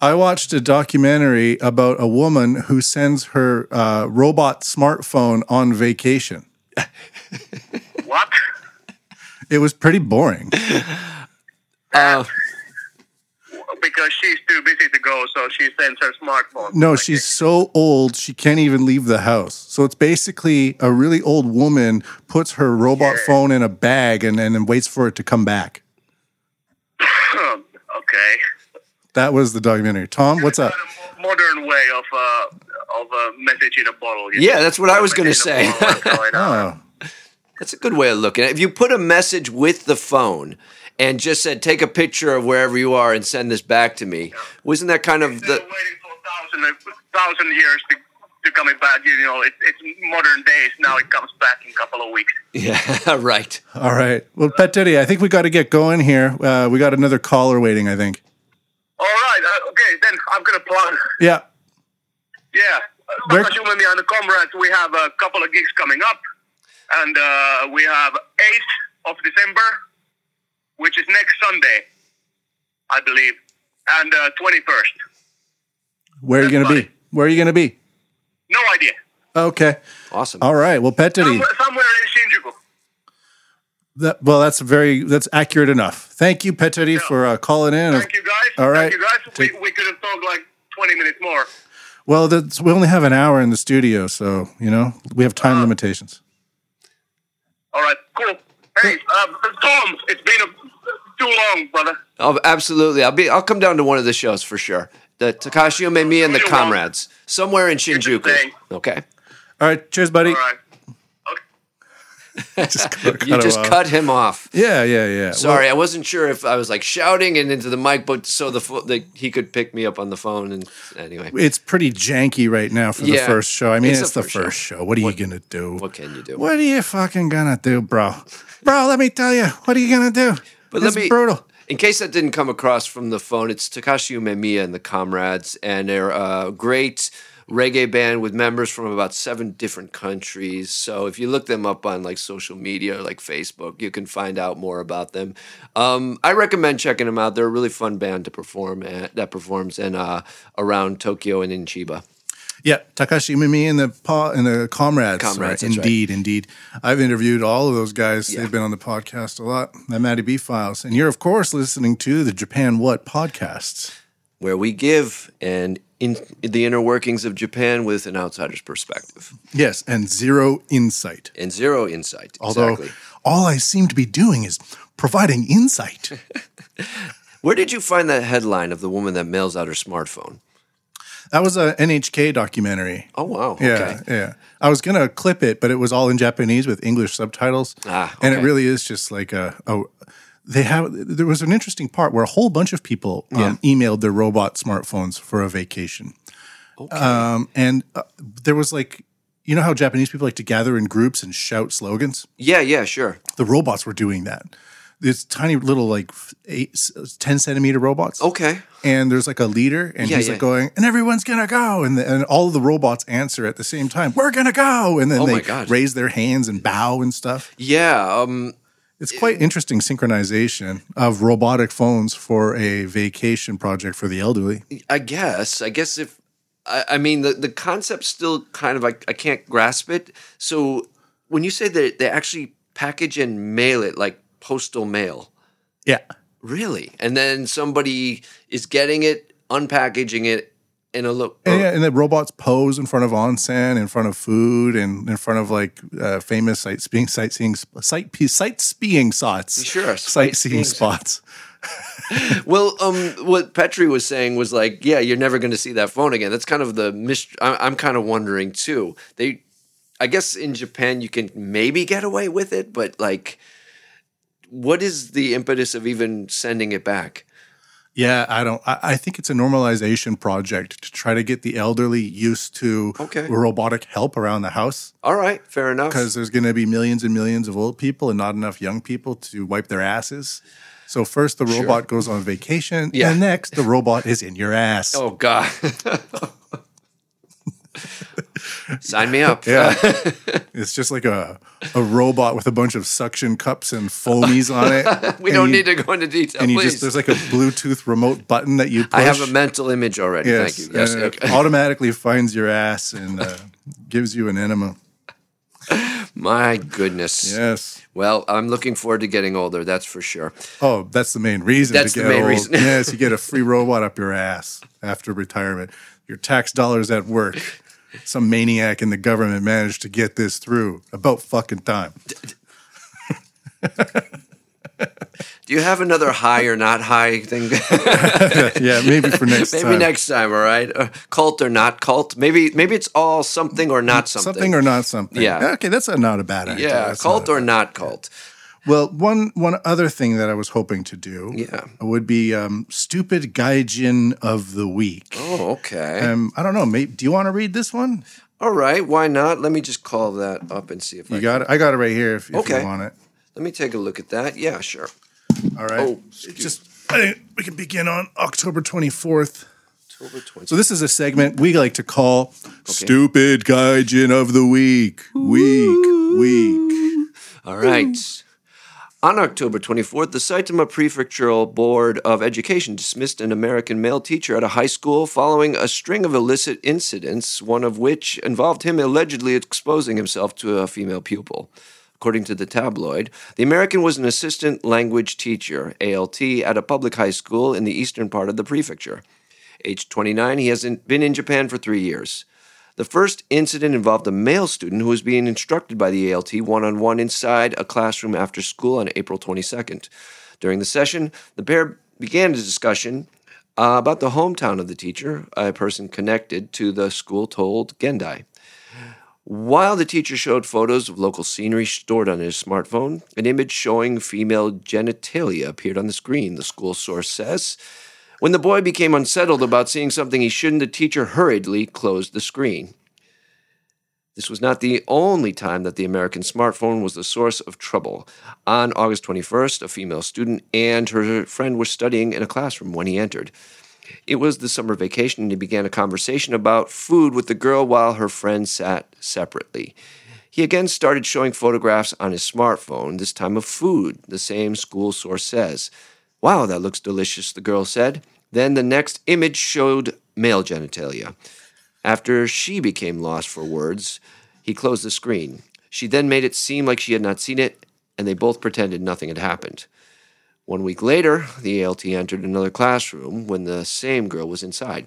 Speaker 1: I watched a documentary about a woman who sends her uh, robot smartphone on vacation.
Speaker 3: what?
Speaker 1: It was pretty boring.
Speaker 2: Uh,
Speaker 3: Because she's too busy to go, so she sends her smartphone.
Speaker 1: No,
Speaker 3: Like,
Speaker 1: she's so old she can't even leave the house. So it's basically a really old woman puts her robot phone in a bag and, and then waits for it to come back.
Speaker 3: okay.
Speaker 1: That was the documentary. Tom, what's up?
Speaker 3: Mo- Modern way of uh, of a message in a bottle. you
Speaker 2: Yeah,
Speaker 3: know.
Speaker 2: that's what I was gonna
Speaker 3: Message in a
Speaker 2: say.
Speaker 3: bottle, what's going on?
Speaker 1: Oh,
Speaker 2: That's a good way of looking at it. If you put a message with the phone and just said, take a picture of wherever you are and send this back to me, wasn't that kind of
Speaker 3: They're
Speaker 2: the.
Speaker 3: waiting for thousand thousand years to to coming back. You know, it, it's modern days now. It comes back in a couple of weeks.
Speaker 2: Yeah, right.
Speaker 1: all right. Well, Pet Diddy, I think we got to get going here. Uh, we got another caller waiting, I think.
Speaker 3: All right, uh, okay. Then I'm gonna plug.
Speaker 1: Yeah.
Speaker 3: Yeah,
Speaker 1: Where-
Speaker 3: Saka Shumami and the comrades. We have a couple of gigs coming up, and uh, we have 8th of December, which is next Sunday, I believe, and uh, 21st.
Speaker 1: Where are you going to be? Where are you going to be?
Speaker 3: No idea.
Speaker 1: Okay.
Speaker 2: Awesome.
Speaker 1: All right. Well, Pet Diddy,
Speaker 3: Somewhere, somewhere in Shinjuku.
Speaker 1: that, well, that's very, that's accurate enough. Thank you, Pet Diddy, for uh, calling in.
Speaker 3: Thank you guys.
Speaker 1: All right.
Speaker 3: Thank you guys.
Speaker 1: Take-
Speaker 3: We, we could have talked like 20 minutes more.
Speaker 1: Well, that's, we only have an hour in the studio, so you know we have
Speaker 3: Uh-huh.
Speaker 1: time limitations.
Speaker 3: All right, cool. Hey, uh, Tom, it's been a, too long, brother.
Speaker 2: Oh, absolutely. I'll be. I'll come down to one of the shows for sure. The Takashi Ume, me, and the
Speaker 3: You're
Speaker 2: comrades somewhere in Shinjuku.
Speaker 3: thing.
Speaker 2: Okay.
Speaker 1: All right, cheers, buddy.
Speaker 3: All right. Okay.
Speaker 1: Just cut,
Speaker 2: You
Speaker 1: him
Speaker 2: just
Speaker 1: off.
Speaker 2: cut him off.
Speaker 1: Yeah, yeah, yeah.
Speaker 2: Sorry, I wasn't sure if I was like shouting and into the mic, but so the, fo- the he could pick me up on the phone. And anyway,
Speaker 1: Well, it's pretty janky right now for the
Speaker 2: Yeah,
Speaker 1: first show. I mean,
Speaker 2: it's
Speaker 1: it's,
Speaker 2: the
Speaker 1: the
Speaker 2: first show.
Speaker 1: first show. What are you gonna do?
Speaker 2: what can you do?
Speaker 1: What are you fucking gonna do, bro? Bro, let me tell you, what are you gonna do?
Speaker 2: But
Speaker 1: it's
Speaker 2: let me
Speaker 1: brutal.
Speaker 2: In case that didn't come across from the phone, it's Takashi Umemiya and the Comrades, and they're a great reggae band with members from about seven different countries. So if you look them up on like social media, like Facebook, you can find out more about them. Um, I recommend checking them out. They're a really fun band to perform at, that performs in uh, around Tokyo and in Chiba.
Speaker 1: Yeah, Takashi Mimi and the pa- and the comrades.
Speaker 2: Comrades,
Speaker 1: Sorry.
Speaker 2: that's right.
Speaker 1: indeed, indeed. I've interviewed all of those guys. They've been on the podcast a lot. The Matty B Files, and you're of course listening to the Japan What podcasts.
Speaker 2: Where we give and in the inner workings of Japan with an outsider's perspective
Speaker 1: Yes, and zero insight.
Speaker 2: and zero insight.
Speaker 1: Although
Speaker 2: exactly.
Speaker 1: all I seem to be doing is providing insight.
Speaker 2: Where did you find that headline of the woman that mails out her smartphone?
Speaker 1: that was a NHK documentary.
Speaker 2: Oh wow!
Speaker 1: Yeah, yeah. I was gonna clip it, but it was all in Japanese with English subtitles,
Speaker 2: Ah,
Speaker 1: and it
Speaker 2: okay.
Speaker 1: really is just like a. a they have. There was an interesting part where a whole bunch of people um, emailed their robot smartphones for a vacation.
Speaker 2: Okay.
Speaker 1: Um, and uh, there was like, you know how Japanese people like to gather in groups and shout slogans.
Speaker 2: yeah, yeah, sure.
Speaker 1: the robots were doing that. It's tiny little like eight, s- 10 centimeter robots.
Speaker 2: Okay.
Speaker 1: And there's like a leader and
Speaker 2: Yeah,
Speaker 1: he's
Speaker 2: yeah.
Speaker 1: like going, and everyone's going to go. And, the, and all of the robots answer at the same time, we're going to go. And then
Speaker 2: Oh
Speaker 1: they
Speaker 2: my God.
Speaker 1: raise their hands and bow and stuff.
Speaker 2: Yeah. Um.
Speaker 1: It's quite interesting synchronization of robotic phones for a vacation project for the elderly.
Speaker 2: I guess. I guess if. I, I mean, the the concept's still kind of I, I can't grasp it. So when you say that they actually package and mail it like postal mail,
Speaker 1: Yeah.
Speaker 2: really, and then somebody is getting it, unpackaging it, in a look.
Speaker 1: And, yeah, and the robots pose in front of onsen, in front of food, and in front of like uh, famous sightseeing, sightseeing, sight, sightseeing spots.
Speaker 2: Sure,
Speaker 1: sightseeing
Speaker 2: sightseeing-
Speaker 1: spots.
Speaker 2: Well, um, what Petri was saying was like, yeah, you're never going to see that phone again. That's kind of the mystery. I'm, I'm kind of wondering too. They, I guess, in Japan you can maybe get away with it, but like, what is the impetus of even sending it back?
Speaker 1: Yeah, I don't. I, I think it's a normalization project to try to get the elderly used to
Speaker 2: Okay.
Speaker 1: robotic help around the house
Speaker 2: All right, fair enough.
Speaker 1: because there's going to be millions and millions of old people and not enough young people to wipe their asses. So first the robot goes on vacation,
Speaker 2: Yeah.
Speaker 1: and next the robot is in your ass.
Speaker 2: Oh God. Sign me up.
Speaker 1: Yeah. it's just like a a robot with a bunch of suction cups and foamies on it.
Speaker 2: we
Speaker 1: And
Speaker 2: don't
Speaker 1: you-
Speaker 2: need to go into detail,
Speaker 1: And you
Speaker 2: please.
Speaker 1: just there's like a Bluetooth remote button that you push.
Speaker 2: I have a mental image already.
Speaker 1: Yes,
Speaker 2: Thank you. Yes.
Speaker 1: and it
Speaker 2: okay.
Speaker 1: automatically finds your ass and uh, gives you an enema.
Speaker 2: My goodness.
Speaker 1: Yes.
Speaker 2: Well, I'm looking forward to getting older. That's for sure.
Speaker 1: Oh, that's the main reason.
Speaker 2: That's the main reason.
Speaker 1: yes, you get a free robot up your ass after retirement. Your tax dollars at work. Some maniac in the government managed to get this through. About fucking time.
Speaker 2: Do you have another high or not high thing?
Speaker 1: yeah, maybe for next
Speaker 2: maybe
Speaker 1: time.
Speaker 2: next time. All right, Uh, cult or not cult? Maybe maybe it's all something or not something.
Speaker 1: something or not something.
Speaker 2: Yeah.
Speaker 1: Okay, that's a, not a bad idea.
Speaker 2: yeah,
Speaker 1: That's
Speaker 2: cult
Speaker 1: not
Speaker 2: or not cult.
Speaker 1: a- well, one one other thing that I was hoping to do
Speaker 2: Yeah.
Speaker 1: would be um, stupid gaijin of the week.
Speaker 2: Oh, okay.
Speaker 1: Um, I don't know. Maybe, do you want to read this one?
Speaker 2: all right. Why not? Let me just call that up and see if I
Speaker 1: You got it. I got it right here. If, if
Speaker 2: Okay.
Speaker 1: you want it.
Speaker 2: Let me take a look at that. Yeah, sure.
Speaker 1: All right.
Speaker 2: Oh,
Speaker 1: It's just I think we can begin on October 24th.
Speaker 2: October 20th.
Speaker 1: So this is a segment we like to call "Stupid Gaijin of the Week." Week, week.
Speaker 2: All right. On October 24th, the Saitama Prefectural Board of Education dismissed an American male teacher at a high school following a string of illicit incidents, one of which involved him allegedly exposing himself to a female pupil. According to the tabloid, the American was an assistant language teacher, ALT, at a public high school in the eastern part of the prefecture. Age 29, he hasn't been in Japan for three years. The first incident involved a male student who was being instructed by the ALT one on one inside a classroom after school on April 22nd. During the session, the pair began a discussion uh, about the hometown of the teacher, a person connected to the school told Gendai. While the teacher showed photos of local scenery stored on his smartphone, an image showing female genitalia appeared on the screen, the school source says. When the boy became unsettled about seeing something he shouldn't, the teacher hurriedly closed the screen. This was not the only time that the American smartphone was the source of trouble. On August 21st, a female student and her friend were studying in a classroom when he entered. It was the summer vacation, and he began a conversation about food with the girl while her friend sat separately. He again started showing photographs on his smartphone, this time of food, the same school source says. Wow, that looks delicious, the girl said. Then the next image showed male genitalia. After she became lost for words, he closed the screen. She then made it seem like she had not seen it, and they both pretended nothing had happened. One week later, the ALT entered another classroom when the same girl was inside.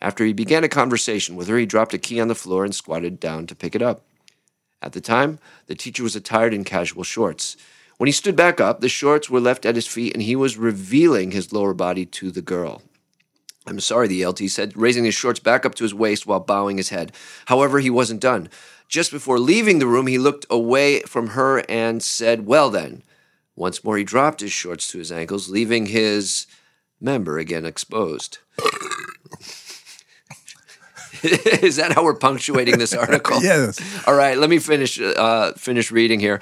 Speaker 2: After he began a conversation with her, he dropped a key on the floor and squatted down to pick it up. At the time, the teacher was attired in casual shorts. When he stood back up, the shorts were left at his feet and he was revealing his lower body to the girl. I'm sorry, the LT said, raising his shorts back up to his waist while bowing his head. However, he wasn't done. Just before leaving the room, he looked away from her and said, Well then. Once more, he dropped his shorts to his ankles, leaving his member again exposed. Is that how we're punctuating this article?
Speaker 1: Yes.
Speaker 2: All right, let me finish uh, finish reading here.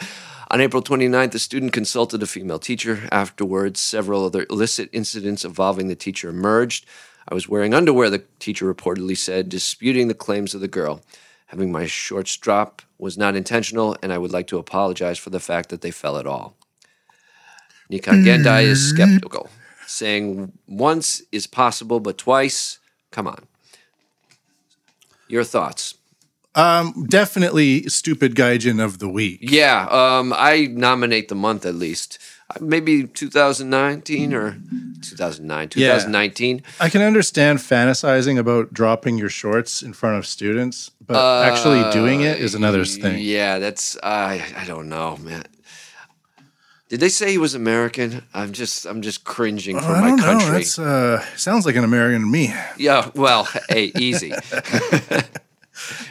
Speaker 2: On April 29th, the student consulted a female teacher. Afterwards, several other illicit incidents involving the teacher emerged. I was wearing underwear, the teacher reportedly said, disputing the claims of the girl. Having my shorts drop was not intentional, and I would like to apologize for the fact that they fell at all. Nikan Gendai is skeptical, saying once is possible, but twice, come on. Your thoughts?
Speaker 1: Um, definitely stupid gaijin of the week.
Speaker 2: Yeah, um, I nominate the month at least. Uh, Maybe 2019 or 2009, 2019.
Speaker 1: I can understand fantasizing about dropping your shorts in front of students, but actually doing it is another thing.
Speaker 2: Uh, Yeah, that's I. I don't know, man. Did they say he was American? I'm just I'm just cringing for
Speaker 1: I
Speaker 2: my
Speaker 1: don't know.
Speaker 2: country.
Speaker 1: That's uh, sounds like an American to me.
Speaker 2: Yeah, well, hey, easy.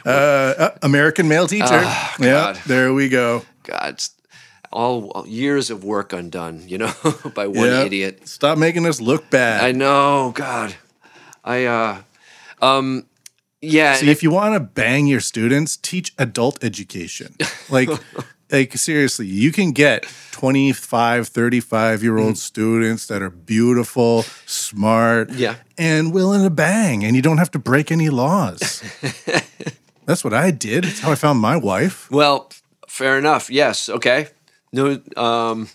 Speaker 1: American male teacher.
Speaker 2: Ah, God.
Speaker 1: Yeah, there we go.
Speaker 2: God, it's all years of work undone, you know, by one
Speaker 1: Yeah.
Speaker 2: idiot.
Speaker 1: Stop making us look bad.
Speaker 2: I know, God. I uh um yeah,
Speaker 1: See, if you want to bang your students, teach adult education. Like, like seriously, you can get 25, 35 year
Speaker 2: Mm-hmm.
Speaker 1: old students that are beautiful, smart,
Speaker 2: Yeah.
Speaker 1: and willing to bang, and you don't have to break any laws. That's what I did. That's how I found my wife.
Speaker 2: Well, fair enough. Yes. Okay. No. Um,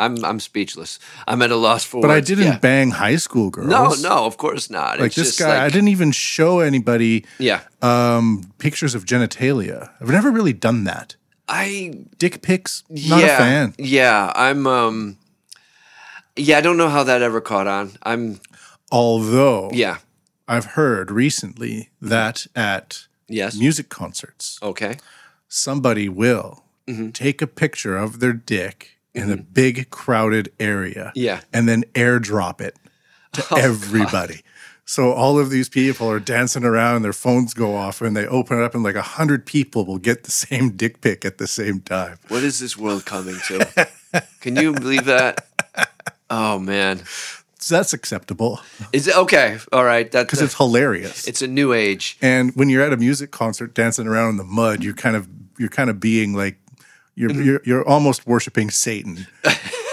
Speaker 2: I'm I'm speechless. I'm at a loss for
Speaker 1: But I
Speaker 2: words.
Speaker 1: didn't
Speaker 2: Yeah.
Speaker 1: bang high school girls.
Speaker 2: No, no, of course not.
Speaker 1: Like
Speaker 2: it's
Speaker 1: this
Speaker 2: just
Speaker 1: guy, I
Speaker 2: like-
Speaker 1: didn't uh, even show anybody
Speaker 2: Yeah.
Speaker 1: um, pictures of genitalia. I've never really done that.
Speaker 2: I
Speaker 1: Dick pics, not
Speaker 2: yeah,
Speaker 1: a fan.
Speaker 2: Yeah, I'm. Um, yeah, I don't know how that ever caught on. I'm.
Speaker 1: Although
Speaker 2: Yeah.
Speaker 1: I've heard recently that at
Speaker 2: Yes.
Speaker 1: music concerts,
Speaker 2: Okay.
Speaker 1: somebody will
Speaker 2: Mm-hmm.
Speaker 1: take a picture of their dick in a big crowded area
Speaker 2: Yeah. Oh,
Speaker 1: and then airdrop it to everybody. So all of these people are dancing around, their phones go off, and they open it up, and like a hundred people will get the same dick pic at the same time.
Speaker 2: What is this world coming to? Can you believe that? Oh man.
Speaker 1: So that's acceptable
Speaker 2: Is it okay? All right. That's
Speaker 1: because it's hilarious.
Speaker 2: it's a new age.
Speaker 1: And when you're at a music concert dancing around in the mud, you're kind of you're kind of being like you're
Speaker 2: Mm-hmm.
Speaker 1: you're, you're almost worshiping Satan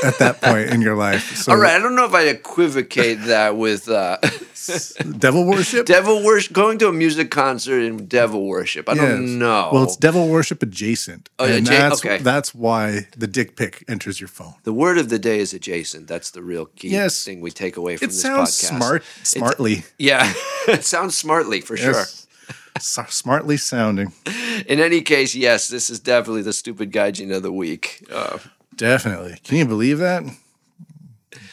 Speaker 1: at that point in your life. So
Speaker 2: All right. I don't know if I equivocate that with uh,
Speaker 1: devil worship.
Speaker 2: devil worship. Going to a music concert and devil worship. I
Speaker 1: Yes.
Speaker 2: don't know.
Speaker 1: Well, it's devil worship adjacent.
Speaker 2: Oh, yeah,
Speaker 1: and
Speaker 2: adja-
Speaker 1: that's,
Speaker 2: okay.
Speaker 1: that's why the dick pic enters your phone.
Speaker 2: the word of the day is adjacent. That's the real key
Speaker 1: Yes.
Speaker 2: thing we take away from
Speaker 1: It
Speaker 2: this
Speaker 1: sounds
Speaker 2: podcast.
Speaker 1: smart, smartly,
Speaker 2: Yeah, it sounds smartly for
Speaker 1: Yes. S- smartly sounding.
Speaker 2: sure. In any case, yes, this is definitely the stupid gaijin of the week. Uh,
Speaker 1: Definitely. Can you believe that?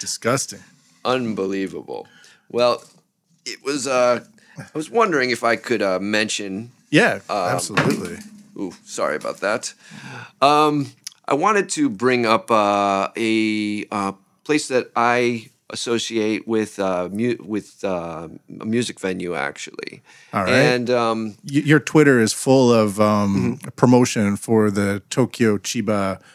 Speaker 1: Disgusting.
Speaker 2: unbelievable. Well, it was. Uh, I was wondering if I could uh, mention.
Speaker 1: Yeah,
Speaker 2: Um,
Speaker 1: absolutely.
Speaker 2: Ooh, sorry about that. Um, I wanted to bring up uh, a uh, place that I associate with uh, mu- with uh, a music venue, actually.
Speaker 1: All right.
Speaker 2: And um,
Speaker 1: Y- your Twitter is full of um, promotion for the Tokyo Chiba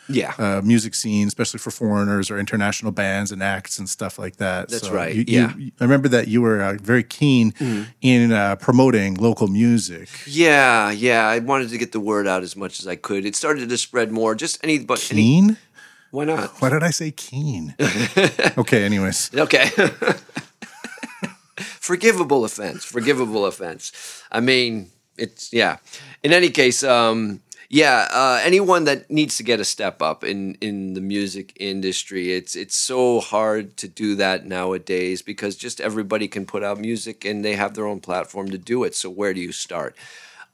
Speaker 2: Mm-hmm. Yeah.
Speaker 1: uh, music scene, especially for foreigners or international bands and acts and stuff like that.
Speaker 2: That's right,
Speaker 1: you-
Speaker 2: yeah. Mm-hmm.
Speaker 1: you- I remember that you were uh, very keen in uh, promoting local music.
Speaker 2: Yeah, yeah. I wanted to get the word out as much as I could. It started to spread more. Just any, but any,
Speaker 1: Keen?
Speaker 2: why not?
Speaker 1: Why did I say keen? okay, anyways.
Speaker 2: Okay. forgivable offense. Forgivable offense. I mean, it's yeah. In any case, um, yeah. Uh, anyone that needs to get a step up in in the music industry, it's it's so hard to do that nowadays because just everybody can put out music and they have their own platform to do it. So where do you start?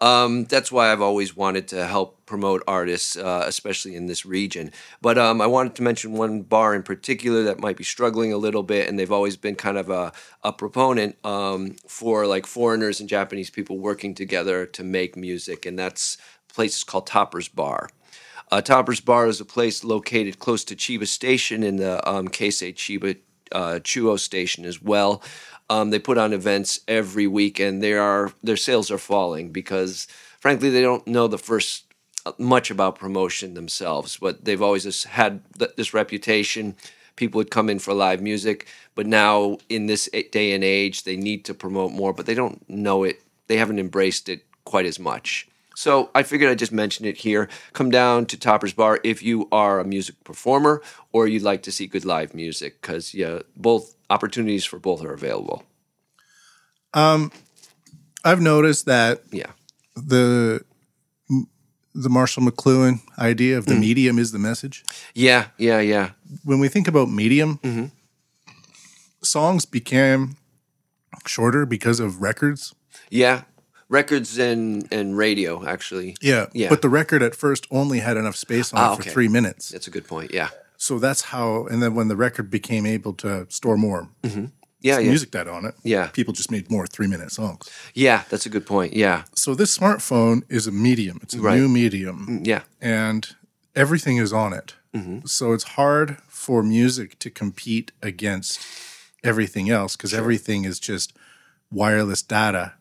Speaker 2: Um, that's why I've always wanted to help promote artists, uh, especially in this region. But um, I wanted to mention one bar in particular that might be struggling a little bit, and they've always been kind of a, a proponent um, for like foreigners and Japanese people working together to make music, and that's a place called Topper's Bar. Uh, Topper's Bar is a place located close to Chiba Station in the um, Keisei Chiba uh, Chuo Station as well. Um, they put on events every week, and they are their sales are falling because, frankly, they don't know the first uh, much about promotion themselves. But they've always just had th- this reputation. People would come in for live music, but now in this a- day and age, they need to promote more, but they don't know it. They haven't embraced it quite as much. So I figured I'd just mention it here. Come down to Topper's Bar if you are a music performer or you'd like to see good live music, because yeah, both opportunities for both are available.
Speaker 1: I've noticed that
Speaker 2: Yeah.
Speaker 1: the the Marshall McLuhan idea
Speaker 2: Mm.
Speaker 1: of the medium is the message.
Speaker 2: Yeah, yeah, yeah.
Speaker 1: when we think about medium, songs became shorter because of records.
Speaker 2: Yeah. Records and, and radio, actually.
Speaker 1: Yeah.
Speaker 2: Yeah.
Speaker 1: But the record at first only had enough space on
Speaker 2: Ah,
Speaker 1: it for
Speaker 2: okay.
Speaker 1: three minutes.
Speaker 2: That's a good point. Yeah.
Speaker 1: So that's how, and then when the record became able to store more
Speaker 2: Yeah, yeah.
Speaker 1: music that on it,
Speaker 2: Mm-hmm. Yeah.
Speaker 1: people just made more three minute songs.
Speaker 2: Yeah, that's a good point. Yeah.
Speaker 1: So this smartphone is a medium, it's a
Speaker 2: Right. Mm.
Speaker 1: new medium,
Speaker 2: Yeah.
Speaker 1: and everything is on it.
Speaker 2: Mm-hmm.
Speaker 1: So it's hard for music to compete against everything else because everything is just wireless data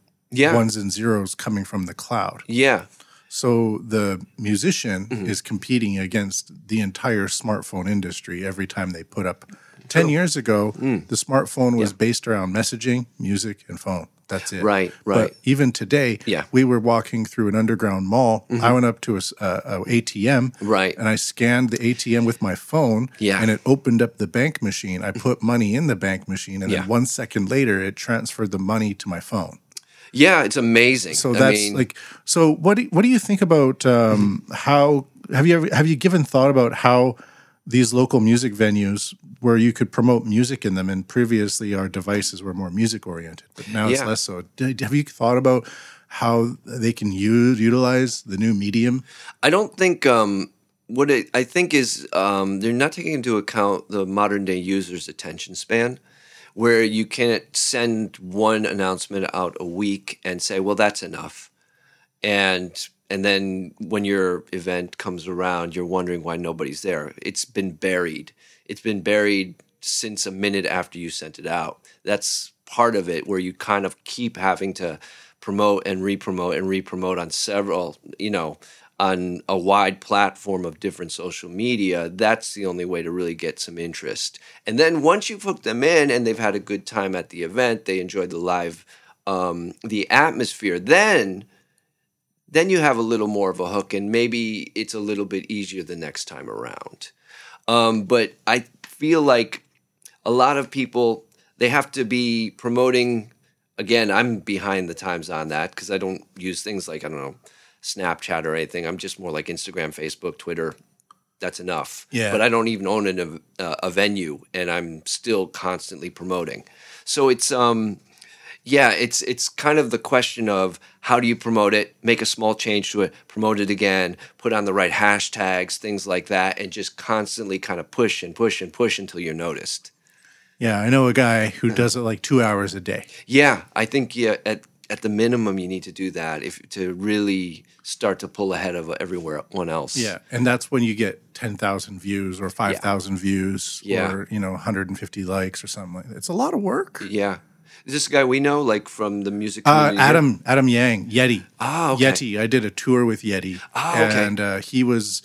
Speaker 2: Yeah.
Speaker 1: ones and zeros coming from the cloud.
Speaker 2: Yeah.
Speaker 1: So the musician
Speaker 2: Mm-hmm.
Speaker 1: is competing against the entire smartphone industry every time they put up.
Speaker 2: Oh.
Speaker 1: 10 years ago,
Speaker 2: Mm.
Speaker 1: the smartphone was based around messaging, music, and phone. That's it.
Speaker 2: Right, right.
Speaker 1: But even today,
Speaker 2: Yeah. Mm-hmm.
Speaker 1: we were walking through an underground mall. I went up to a, s- a- a ATM,
Speaker 2: Right.
Speaker 1: and I scanned the ATM with my phone,
Speaker 2: Yeah.
Speaker 1: and it opened up the bank machine. I put money in the bank machine, and
Speaker 2: Yeah.
Speaker 1: then one second later, it transferred the money to my phone.
Speaker 2: Yeah, it's amazing.
Speaker 1: So
Speaker 2: I
Speaker 1: that's
Speaker 2: mean,
Speaker 1: like so. What do, what do you think about um, how have you ever have you given thought about how these local music venues where you could promote music in them and previously our devices were more music oriented but now it's
Speaker 2: Yeah.
Speaker 1: less so. Did- Have you thought about how they can use utilize the new medium.
Speaker 2: I don't think um, what it, I think is um, they're not taking into account the modern day user's attention span, where you can't send one announcement out a week and say, "Well, that's enough," and and then when your event comes around, you're wondering why nobody's there. It's been buried. It's been buried since a minute after you sent it out. That's part of it where you kind of keep having to promote and re-promote and re-promote on several, you know, on a wide platform of different social media, that's the only way to really get some interest. And then once you've hooked them in and they've had a good time at the event, they enjoyed the live, um, the atmosphere, then then you have a little more of a hook and maybe it's a little bit easier the next time around. Um, but I feel like a lot of people they have to be promoting. Again, I'm behind the times on that because I don't use things like I don't know Snapchat or anything. I'm just more like Instagram, Facebook, Twitter. That's enough.
Speaker 1: Yeah.
Speaker 2: But I don't even own an, uh, a venue, and I'm still constantly promoting. So it's um, yeah, it's it's kind of the question of how do you promote it, make a small change to it, promote it again, put on the right hashtags, things like that, and just constantly kind of push and push and push until you're noticed.
Speaker 1: Yeah, I know a guy who
Speaker 2: Hmm.
Speaker 1: does it like two hours a day.
Speaker 2: Yeah, I think yeah at at the minimum you need to do that if to really start to pull ahead of everyone else.
Speaker 1: Yeah, and that's when you get ten thousand views or five thousand views
Speaker 2: Yeah.
Speaker 1: or you know one hundred and fifty likes or something like that. It's a lot of work.
Speaker 2: Yeah. Is this a guy we know, like from the music
Speaker 1: Uh,
Speaker 2: community?
Speaker 1: Adam Adam Yang Yeti
Speaker 2: Ah, okay.
Speaker 1: Yeti. I did a tour with Yeti,
Speaker 2: Ah, okay.
Speaker 1: and uh, he was.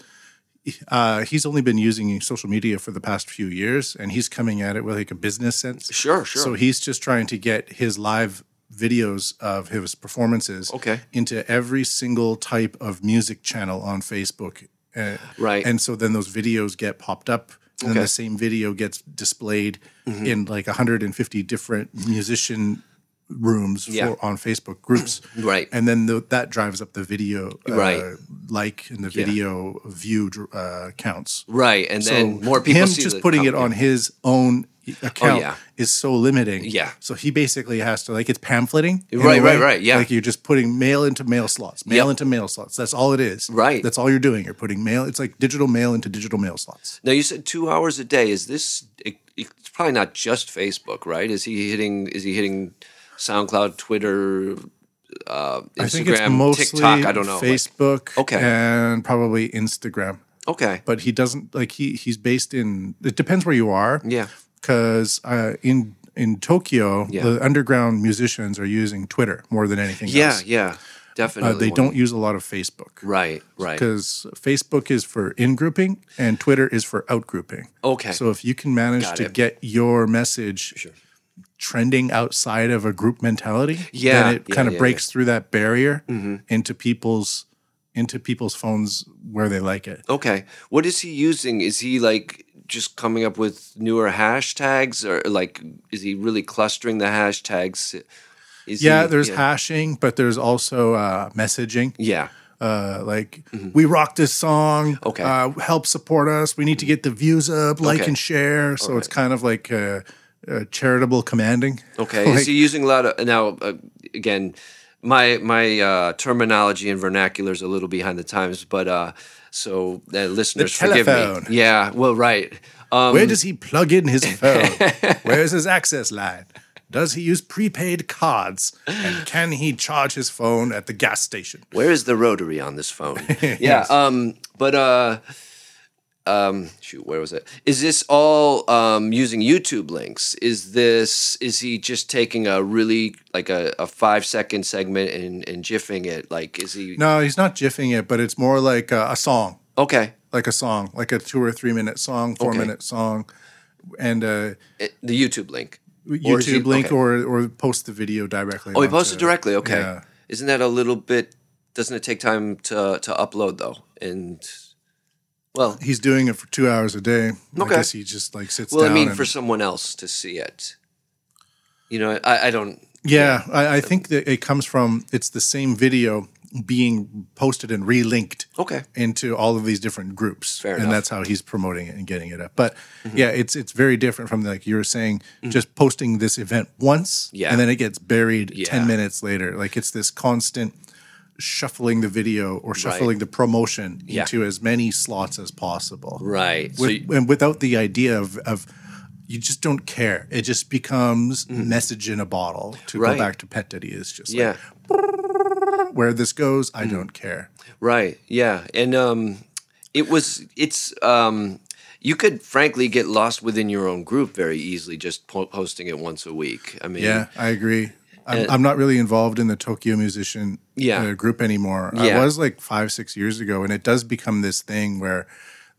Speaker 1: Uh, he's only been using social media for the past few years, and he's coming at it with like a business sense.
Speaker 2: Sure, sure.
Speaker 1: So he's just trying to get his live videos of his performances
Speaker 2: Okay.
Speaker 1: into every single type of music channel on Facebook. Uh,
Speaker 2: Right.
Speaker 1: And so then those videos get popped up. And
Speaker 2: Okay. Mm-hmm.
Speaker 1: then the same video gets displayed in like 150 different musician rooms
Speaker 2: Yeah.
Speaker 1: for, on Facebook groups.
Speaker 2: Right.
Speaker 1: And then the, that drives up the video uh,
Speaker 2: Right.
Speaker 1: like and the video view dr- uh, counts.
Speaker 2: Right. And then more people
Speaker 1: Oh, him
Speaker 2: see
Speaker 1: just
Speaker 2: the
Speaker 1: putting it
Speaker 2: company. Oh,
Speaker 1: on his own e, account
Speaker 2: yeah.
Speaker 1: is so limiting.
Speaker 2: Yeah.
Speaker 1: So he basically has to like it's pamphleting. in a
Speaker 2: Right, right,
Speaker 1: way.
Speaker 2: right, yeah.
Speaker 1: Like you're just putting mail into mail slots, mail
Speaker 2: Yep.
Speaker 1: into mail slots. That's all it is.
Speaker 2: Right.
Speaker 1: That's all you're doing. You're putting mail. It's like digital mail into digital mail slots.
Speaker 2: Now you said two hours a day. Is this? It, it's probably not just Facebook, right? Is he hitting? Is he hitting SoundCloud, Twitter, uh, Instagram,
Speaker 1: I think it's mostly
Speaker 2: TikTok? I don't know. like-
Speaker 1: Facebook.
Speaker 2: Okay.
Speaker 1: And probably Instagram.
Speaker 2: okay.
Speaker 1: But he doesn't like he he's based in. It depends where you are.
Speaker 2: Yeah.
Speaker 1: Because uh, in in Tokyo,
Speaker 2: Yeah.
Speaker 1: the underground musicians are using Twitter more than anything
Speaker 2: Yeah.
Speaker 1: else.
Speaker 2: Yeah. Definitely.
Speaker 1: Uh, they
Speaker 2: one.
Speaker 1: don't use a lot of Facebook.
Speaker 2: Right. Right.
Speaker 1: because Facebook is for in grouping and Twitter is for out grouping.
Speaker 2: Okay.
Speaker 1: So if you can manage
Speaker 2: Got
Speaker 1: to
Speaker 2: it.
Speaker 1: get your message trending outside of a group mentality,
Speaker 2: Yeah,
Speaker 1: then it
Speaker 2: yeah,
Speaker 1: kind of
Speaker 2: yeah, Mm-hmm.
Speaker 1: breaks through that barrier into people's into people's phones where they like it.
Speaker 2: Okay. What is he using? Is he like just coming up with newer hashtags, or like is he really clustering the hashtags? Is
Speaker 1: Yeah,
Speaker 2: he-
Speaker 1: there's hashing, but there's also uh, messaging.
Speaker 2: yeah.
Speaker 1: Uh, like we rock this song.
Speaker 2: Mm-hmm. Okay.
Speaker 1: Uh, help support us. We need to get the views up, like
Speaker 2: Okay.
Speaker 1: and share. So it's kind of like uh, uh, charitable commanding.
Speaker 2: Okay,
Speaker 1: Like-
Speaker 2: is he using a lot of now? Uh, again, my my uh, terminology and vernacular is a little behind the times, but uh, so uh, listeners, forgive
Speaker 1: telephone.
Speaker 2: me. Yeah, well, right. Um,
Speaker 1: Where does he plug in his phone? Where's his access line? Does he use prepaid cards? And can he charge his phone at the gas station?
Speaker 2: where is the rotary on this phone? yeah. Um, but uh, um, shoot, where was it? Is this all um, using YouTube links? Is this is he just taking a really like a, a five second segment and and jiffing it? Like, is he
Speaker 1: No, he's not jiffing it, but it's more like a, a song,
Speaker 2: okay?
Speaker 1: like a song, like a two or three minute song, four minute song, and uh,
Speaker 2: it- the YouTube link. Or is he-
Speaker 1: YouTube link
Speaker 2: okay.
Speaker 1: or or post the video directly.
Speaker 2: Oh, he
Speaker 1: onto-
Speaker 2: posted directly. Okay.
Speaker 1: Yeah.
Speaker 2: Isn't that a little bit? Doesn't it take time to to upload though? And well,
Speaker 1: He's doing it for two hours a day.
Speaker 2: Okay.
Speaker 1: I guess he just like sits
Speaker 2: well,
Speaker 1: down.
Speaker 2: I mean,
Speaker 1: and-
Speaker 2: for someone else to see it, you know, I, I don't.
Speaker 1: Yeah, I, I think that it comes from it's the same video being posted and relinked
Speaker 2: Okay.
Speaker 1: into all of these different groups.
Speaker 2: Oh. Fair
Speaker 1: and
Speaker 2: enough. Mm-hmm.
Speaker 1: that's how he's promoting it and getting it up. But yeah, it's it's very different from like you were saying, just posting this event once
Speaker 2: Yeah.
Speaker 1: and then it gets buried
Speaker 2: Yeah.
Speaker 1: 10 minutes later. Like it's this constant shuffling the video or shuffling the promotion
Speaker 2: Yeah.
Speaker 1: into as many slots as possible.
Speaker 2: Right. so
Speaker 1: With,
Speaker 2: you,
Speaker 1: and without the idea of, of you just don't care. It just becomes message in a bottle. To
Speaker 2: Mm-hmm. Right.
Speaker 1: go back to Pet Diddy is just
Speaker 2: yeah. Mm-hmm.
Speaker 1: like, where this goes, I don't care.
Speaker 2: Right. Yeah. And um it was it's um you could frankly get lost within your own group very easily just po- posting it once a week. I mean,
Speaker 1: Yeah, I agree. I'm,
Speaker 2: And-
Speaker 1: I'm not really involved in the Tokyo musician
Speaker 2: Yeah.
Speaker 1: uh, group anymore.
Speaker 2: Yeah.
Speaker 1: I was like five, six years ago, and it does become this thing where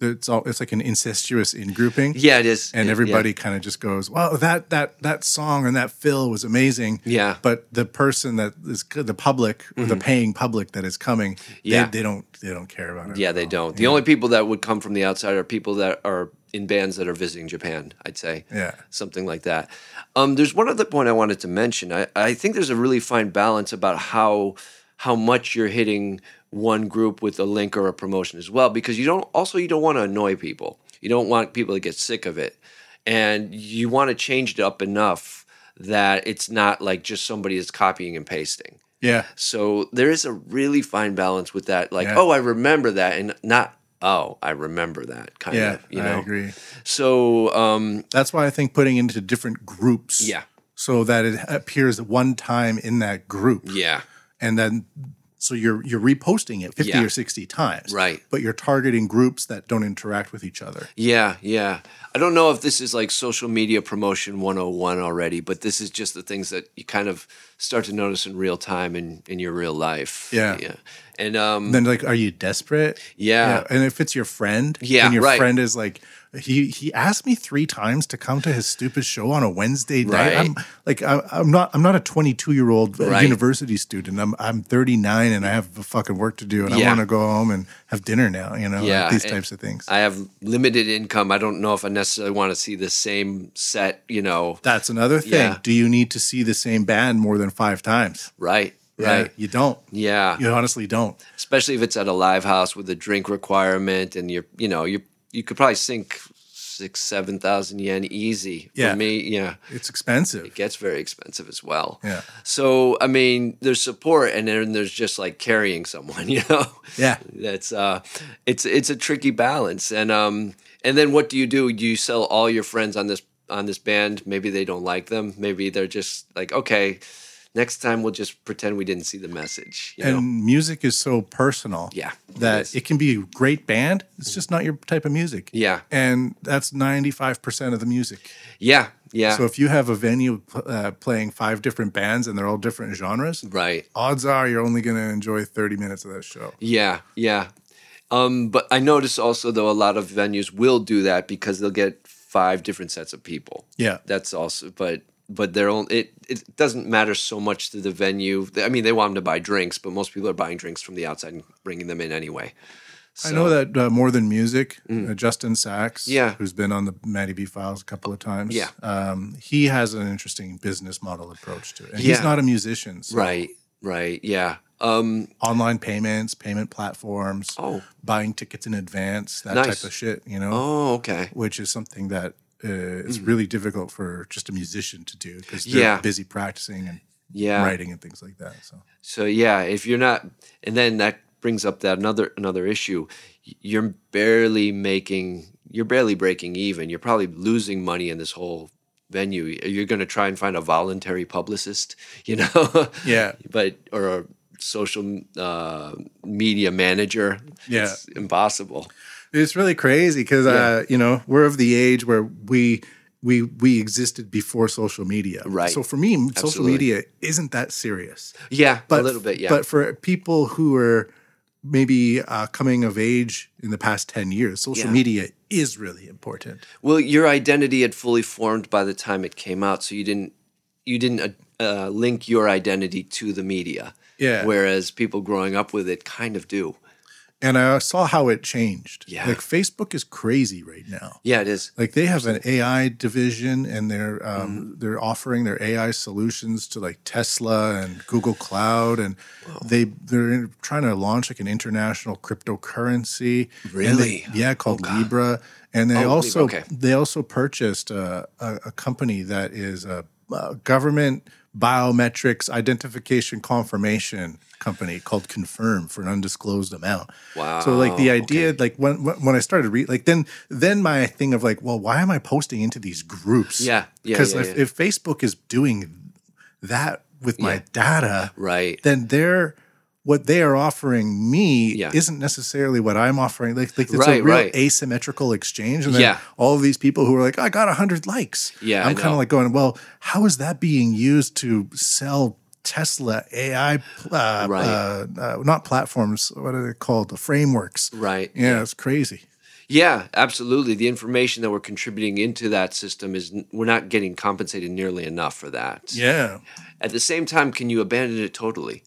Speaker 1: it's all it's like an incestuous in grouping.
Speaker 2: Yeah, it is.
Speaker 1: And
Speaker 2: Yeah.
Speaker 1: everybody kind of just goes, "Wow, that that that song and that fill was amazing."
Speaker 2: Yeah. Mm-hmm.
Speaker 1: But the person that is the public, or the paying public that is coming,
Speaker 2: Yeah.
Speaker 1: they, they don't they don't care about it.
Speaker 2: Yeah, they don't. The only people that would come from the outside are people that are in bands that are visiting Japan, I'd say.
Speaker 1: Yeah.
Speaker 2: Something like that. Um, there's one other point I wanted to mention. I, I think there's a really fine balance about how how much you're hitting one group with a link or a promotion as well, because you don't also you don't want to annoy people. You don't want people to get sick of it. And you want to change it up enough that it's not like just somebody is copying and pasting.
Speaker 1: Yeah.
Speaker 2: So there is a really fine balance with that. Like,
Speaker 1: Yeah.
Speaker 2: oh, I remember that, and not oh, I remember that kind
Speaker 1: Yeah,
Speaker 2: of. You
Speaker 1: I
Speaker 2: know.
Speaker 1: agree.
Speaker 2: So um,
Speaker 1: That's why I think putting into different groups.
Speaker 2: Yeah.
Speaker 1: So that it appears one time in that group.
Speaker 2: yeah,
Speaker 1: and then so you're you're reposting it 50
Speaker 2: Yeah.
Speaker 1: or 60 times
Speaker 2: Right.
Speaker 1: but you're targeting groups that don't interact with each other
Speaker 2: yeah, yeah. I don't know if this is like social media promotion 101 already, but this is just the things that you kind of start to notice in real time in in your real life.
Speaker 1: Yeah.
Speaker 2: yeah. And um,
Speaker 1: then like are you desperate
Speaker 2: Yeah.
Speaker 1: and if it's your friend
Speaker 2: Yeah,
Speaker 1: and your
Speaker 2: right.
Speaker 1: friend is like he he asked me three times to come to his stupid show on a wednesday night i'm like I, i'm not i'm not a 22 year old
Speaker 2: Right.
Speaker 1: university student i'm i'm 39 and i have the fucking work to do and
Speaker 2: Yeah.
Speaker 1: i want to go home and have dinner now you know like
Speaker 2: Yeah,
Speaker 1: these
Speaker 2: and
Speaker 1: types of things
Speaker 2: I have limited income. I don't know if I necessarily want to see the same set. You know,
Speaker 1: that's another thing
Speaker 2: Yeah.
Speaker 1: do you need to see the same band more than five times
Speaker 2: right,
Speaker 1: Yeah,
Speaker 2: right.
Speaker 1: you don't
Speaker 2: Yeah.
Speaker 1: You honestly don't.
Speaker 2: especially if it's at a live house with a drink requirement and you're you know you you could probably sink six seven thousand yen easy
Speaker 1: Yeah.
Speaker 2: for me yeah
Speaker 1: It's expensive.
Speaker 2: gets very expensive as well
Speaker 1: Yeah.
Speaker 2: so i mean there's support and then there's just like carrying someone you know
Speaker 1: Yeah.
Speaker 2: that's uh it's it's a tricky balance and um and then what do you do do you sell all your friends on this on this band maybe they don't like them maybe they're just like okay next time we'll just pretend we didn't see the message you know
Speaker 1: And music is so personal.
Speaker 2: Yeah, it
Speaker 1: That
Speaker 2: is.
Speaker 1: it, can be a great band. It's just not your type of music.
Speaker 2: Yeah.
Speaker 1: And that's 95% of the music.
Speaker 2: yeah yeah
Speaker 1: So if you have a venue uh, playing five different bands and they're all different genres,
Speaker 2: right
Speaker 1: odds are you're only going to enjoy 30 minutes of that show.
Speaker 2: Yeah, yeah. Um, but I notice also though a lot of venues will do that because they'll get five different sets of people.
Speaker 1: Yeah.
Speaker 2: That's also but but they're only it, it doesn't matter so much to the venue. I mean, they want them to buy drinks, but most people are buying drinks from the outside and bringing them in anyway.
Speaker 1: I know that uh, more than music, uh, Justin Sachs,
Speaker 2: Mm. Yeah.
Speaker 1: who's been on the Maddie B Files a couple of times,
Speaker 2: Yeah.
Speaker 1: um, he has an interesting business model approach to it. And
Speaker 2: Yeah.
Speaker 1: he's not a musician, so
Speaker 2: Right, right, yeah. Um,
Speaker 1: online payments, payment platforms,
Speaker 2: Oh.
Speaker 1: buying tickets in advance, that
Speaker 2: Nice.
Speaker 1: type of shit, you know,
Speaker 2: oh, okay.
Speaker 1: which is something that uh, is really difficult for just a musician to do because they're
Speaker 2: Yeah.
Speaker 1: busy practicing and
Speaker 2: Yeah.
Speaker 1: writing and things like that. So,
Speaker 2: So yeah, if you're not, and then that brings up that another another issue. You're barely making, you're barely breaking even. You're probably losing money in this whole venue. You're going to try and find a voluntary publicist, you know?
Speaker 1: Yeah.
Speaker 2: but or a social uh, media manager.
Speaker 1: Yeah.
Speaker 2: it's impossible.
Speaker 1: It's really crazy because uh, you know we're of the age where we we we existed before social media.
Speaker 2: Right.
Speaker 1: So for me, social
Speaker 2: Absolutely.
Speaker 1: media isn't that serious.
Speaker 2: Yeah,
Speaker 1: But
Speaker 2: a little bit. Yeah,
Speaker 1: But for people who are maybe uh, coming of age in the past ten years, social
Speaker 2: Yeah.
Speaker 1: media is really important.
Speaker 2: Well, your identity had fully formed by the time it came out, so you didn't you didn't uh, uh, link your identity to the media.
Speaker 1: Yeah.
Speaker 2: Whereas people growing up with it kind of do.
Speaker 1: and I saw how it changed.
Speaker 2: Yeah.
Speaker 1: Like Facebook is crazy right now.
Speaker 2: Yeah, it is.
Speaker 1: Like they have an AI division and they're um,
Speaker 2: Mm-hmm.
Speaker 1: they're offering their AI solutions to like Tesla and Google Cloud and they they're in- trying to launch like an international cryptocurrency. And they-
Speaker 2: Really?
Speaker 1: yeah, called Libra. And they
Speaker 2: Oh,
Speaker 1: also
Speaker 2: Libra, okay.
Speaker 1: they also purchased uh, a, a company that is a, a government biometrics identification confirmation company called Confirm for an undisclosed amount. So like the
Speaker 2: Wow,
Speaker 1: idea, like when when when I started read, like then then my thing of like, well, why am I posting into these groups?
Speaker 2: Yeah, yeah,
Speaker 1: Because
Speaker 2: yeah,
Speaker 1: if,
Speaker 2: yeah.
Speaker 1: if Facebook is doing that with my
Speaker 2: Yeah.
Speaker 1: data,
Speaker 2: Right.
Speaker 1: then they're what they are offering me
Speaker 2: Yeah.
Speaker 1: isn't necessarily what I'm offering. Like, like it's
Speaker 2: Right,
Speaker 1: a real
Speaker 2: right.
Speaker 1: asymmetrical exchange. And then
Speaker 2: Yeah.
Speaker 1: all of these people who are like, I got hundred likes.
Speaker 2: Yeah, I
Speaker 1: I'm kind
Speaker 2: know.
Speaker 1: of like going, well, how is that being used to sell Tesla AI, uh,
Speaker 2: Right.
Speaker 1: uh, uh, not platforms? What are they called? The frameworks.
Speaker 2: Right.
Speaker 1: Yeah, it's crazy.
Speaker 2: Yeah, absolutely. The information that we're contributing into that system is we're not getting compensated nearly enough for that.
Speaker 1: Yeah.
Speaker 2: At the same time, can you abandon it totally?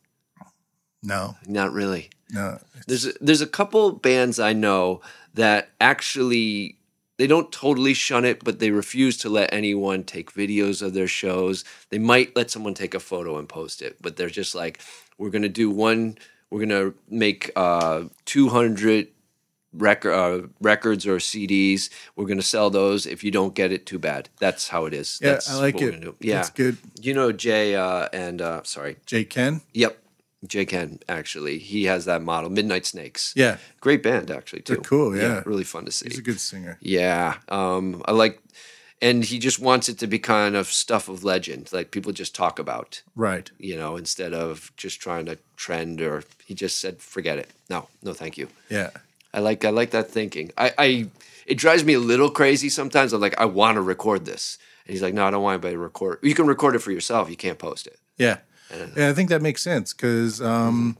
Speaker 1: No,
Speaker 2: Not really.
Speaker 1: no.
Speaker 2: There's a, there's a couple bands I know that actually they don't totally shun it, but they refuse to let anyone take videos of their shows. They might let someone take a photo and post it, but they're just like, we're gonna do one. We're gonna make uh, 200 record uh, records or CDs. We're gonna sell those. If you don't get it, too bad. That's how it is.
Speaker 1: Yeah,
Speaker 2: That's
Speaker 1: I like
Speaker 2: what we're
Speaker 1: it.
Speaker 2: gonna do. Yeah,
Speaker 1: It's good.
Speaker 2: You know Jay uh, and uh, sorry,
Speaker 1: Jay Ken.
Speaker 2: Yep. Jay Ken, actually. He has that model, Midnight Snakes.
Speaker 1: Yeah.
Speaker 2: Great band, actually, too.
Speaker 1: They're cool, yeah.
Speaker 2: Really fun to see.
Speaker 1: He's a good singer.
Speaker 2: yeah. Um, I like, and he just wants it to be kind of stuff of legend, like people just talk about,
Speaker 1: Right.
Speaker 2: you know, instead of just trying to trend or he just said, forget it. No, no, thank you.
Speaker 1: Yeah.
Speaker 2: I like I like that thinking. I, I it drives me a little crazy sometimes. I'm like, I want to record this. And he's like, No, I don't want anybody to record. You can record it for yourself. You can't post it.
Speaker 1: Yeah. Yeah, I think that makes sense because um,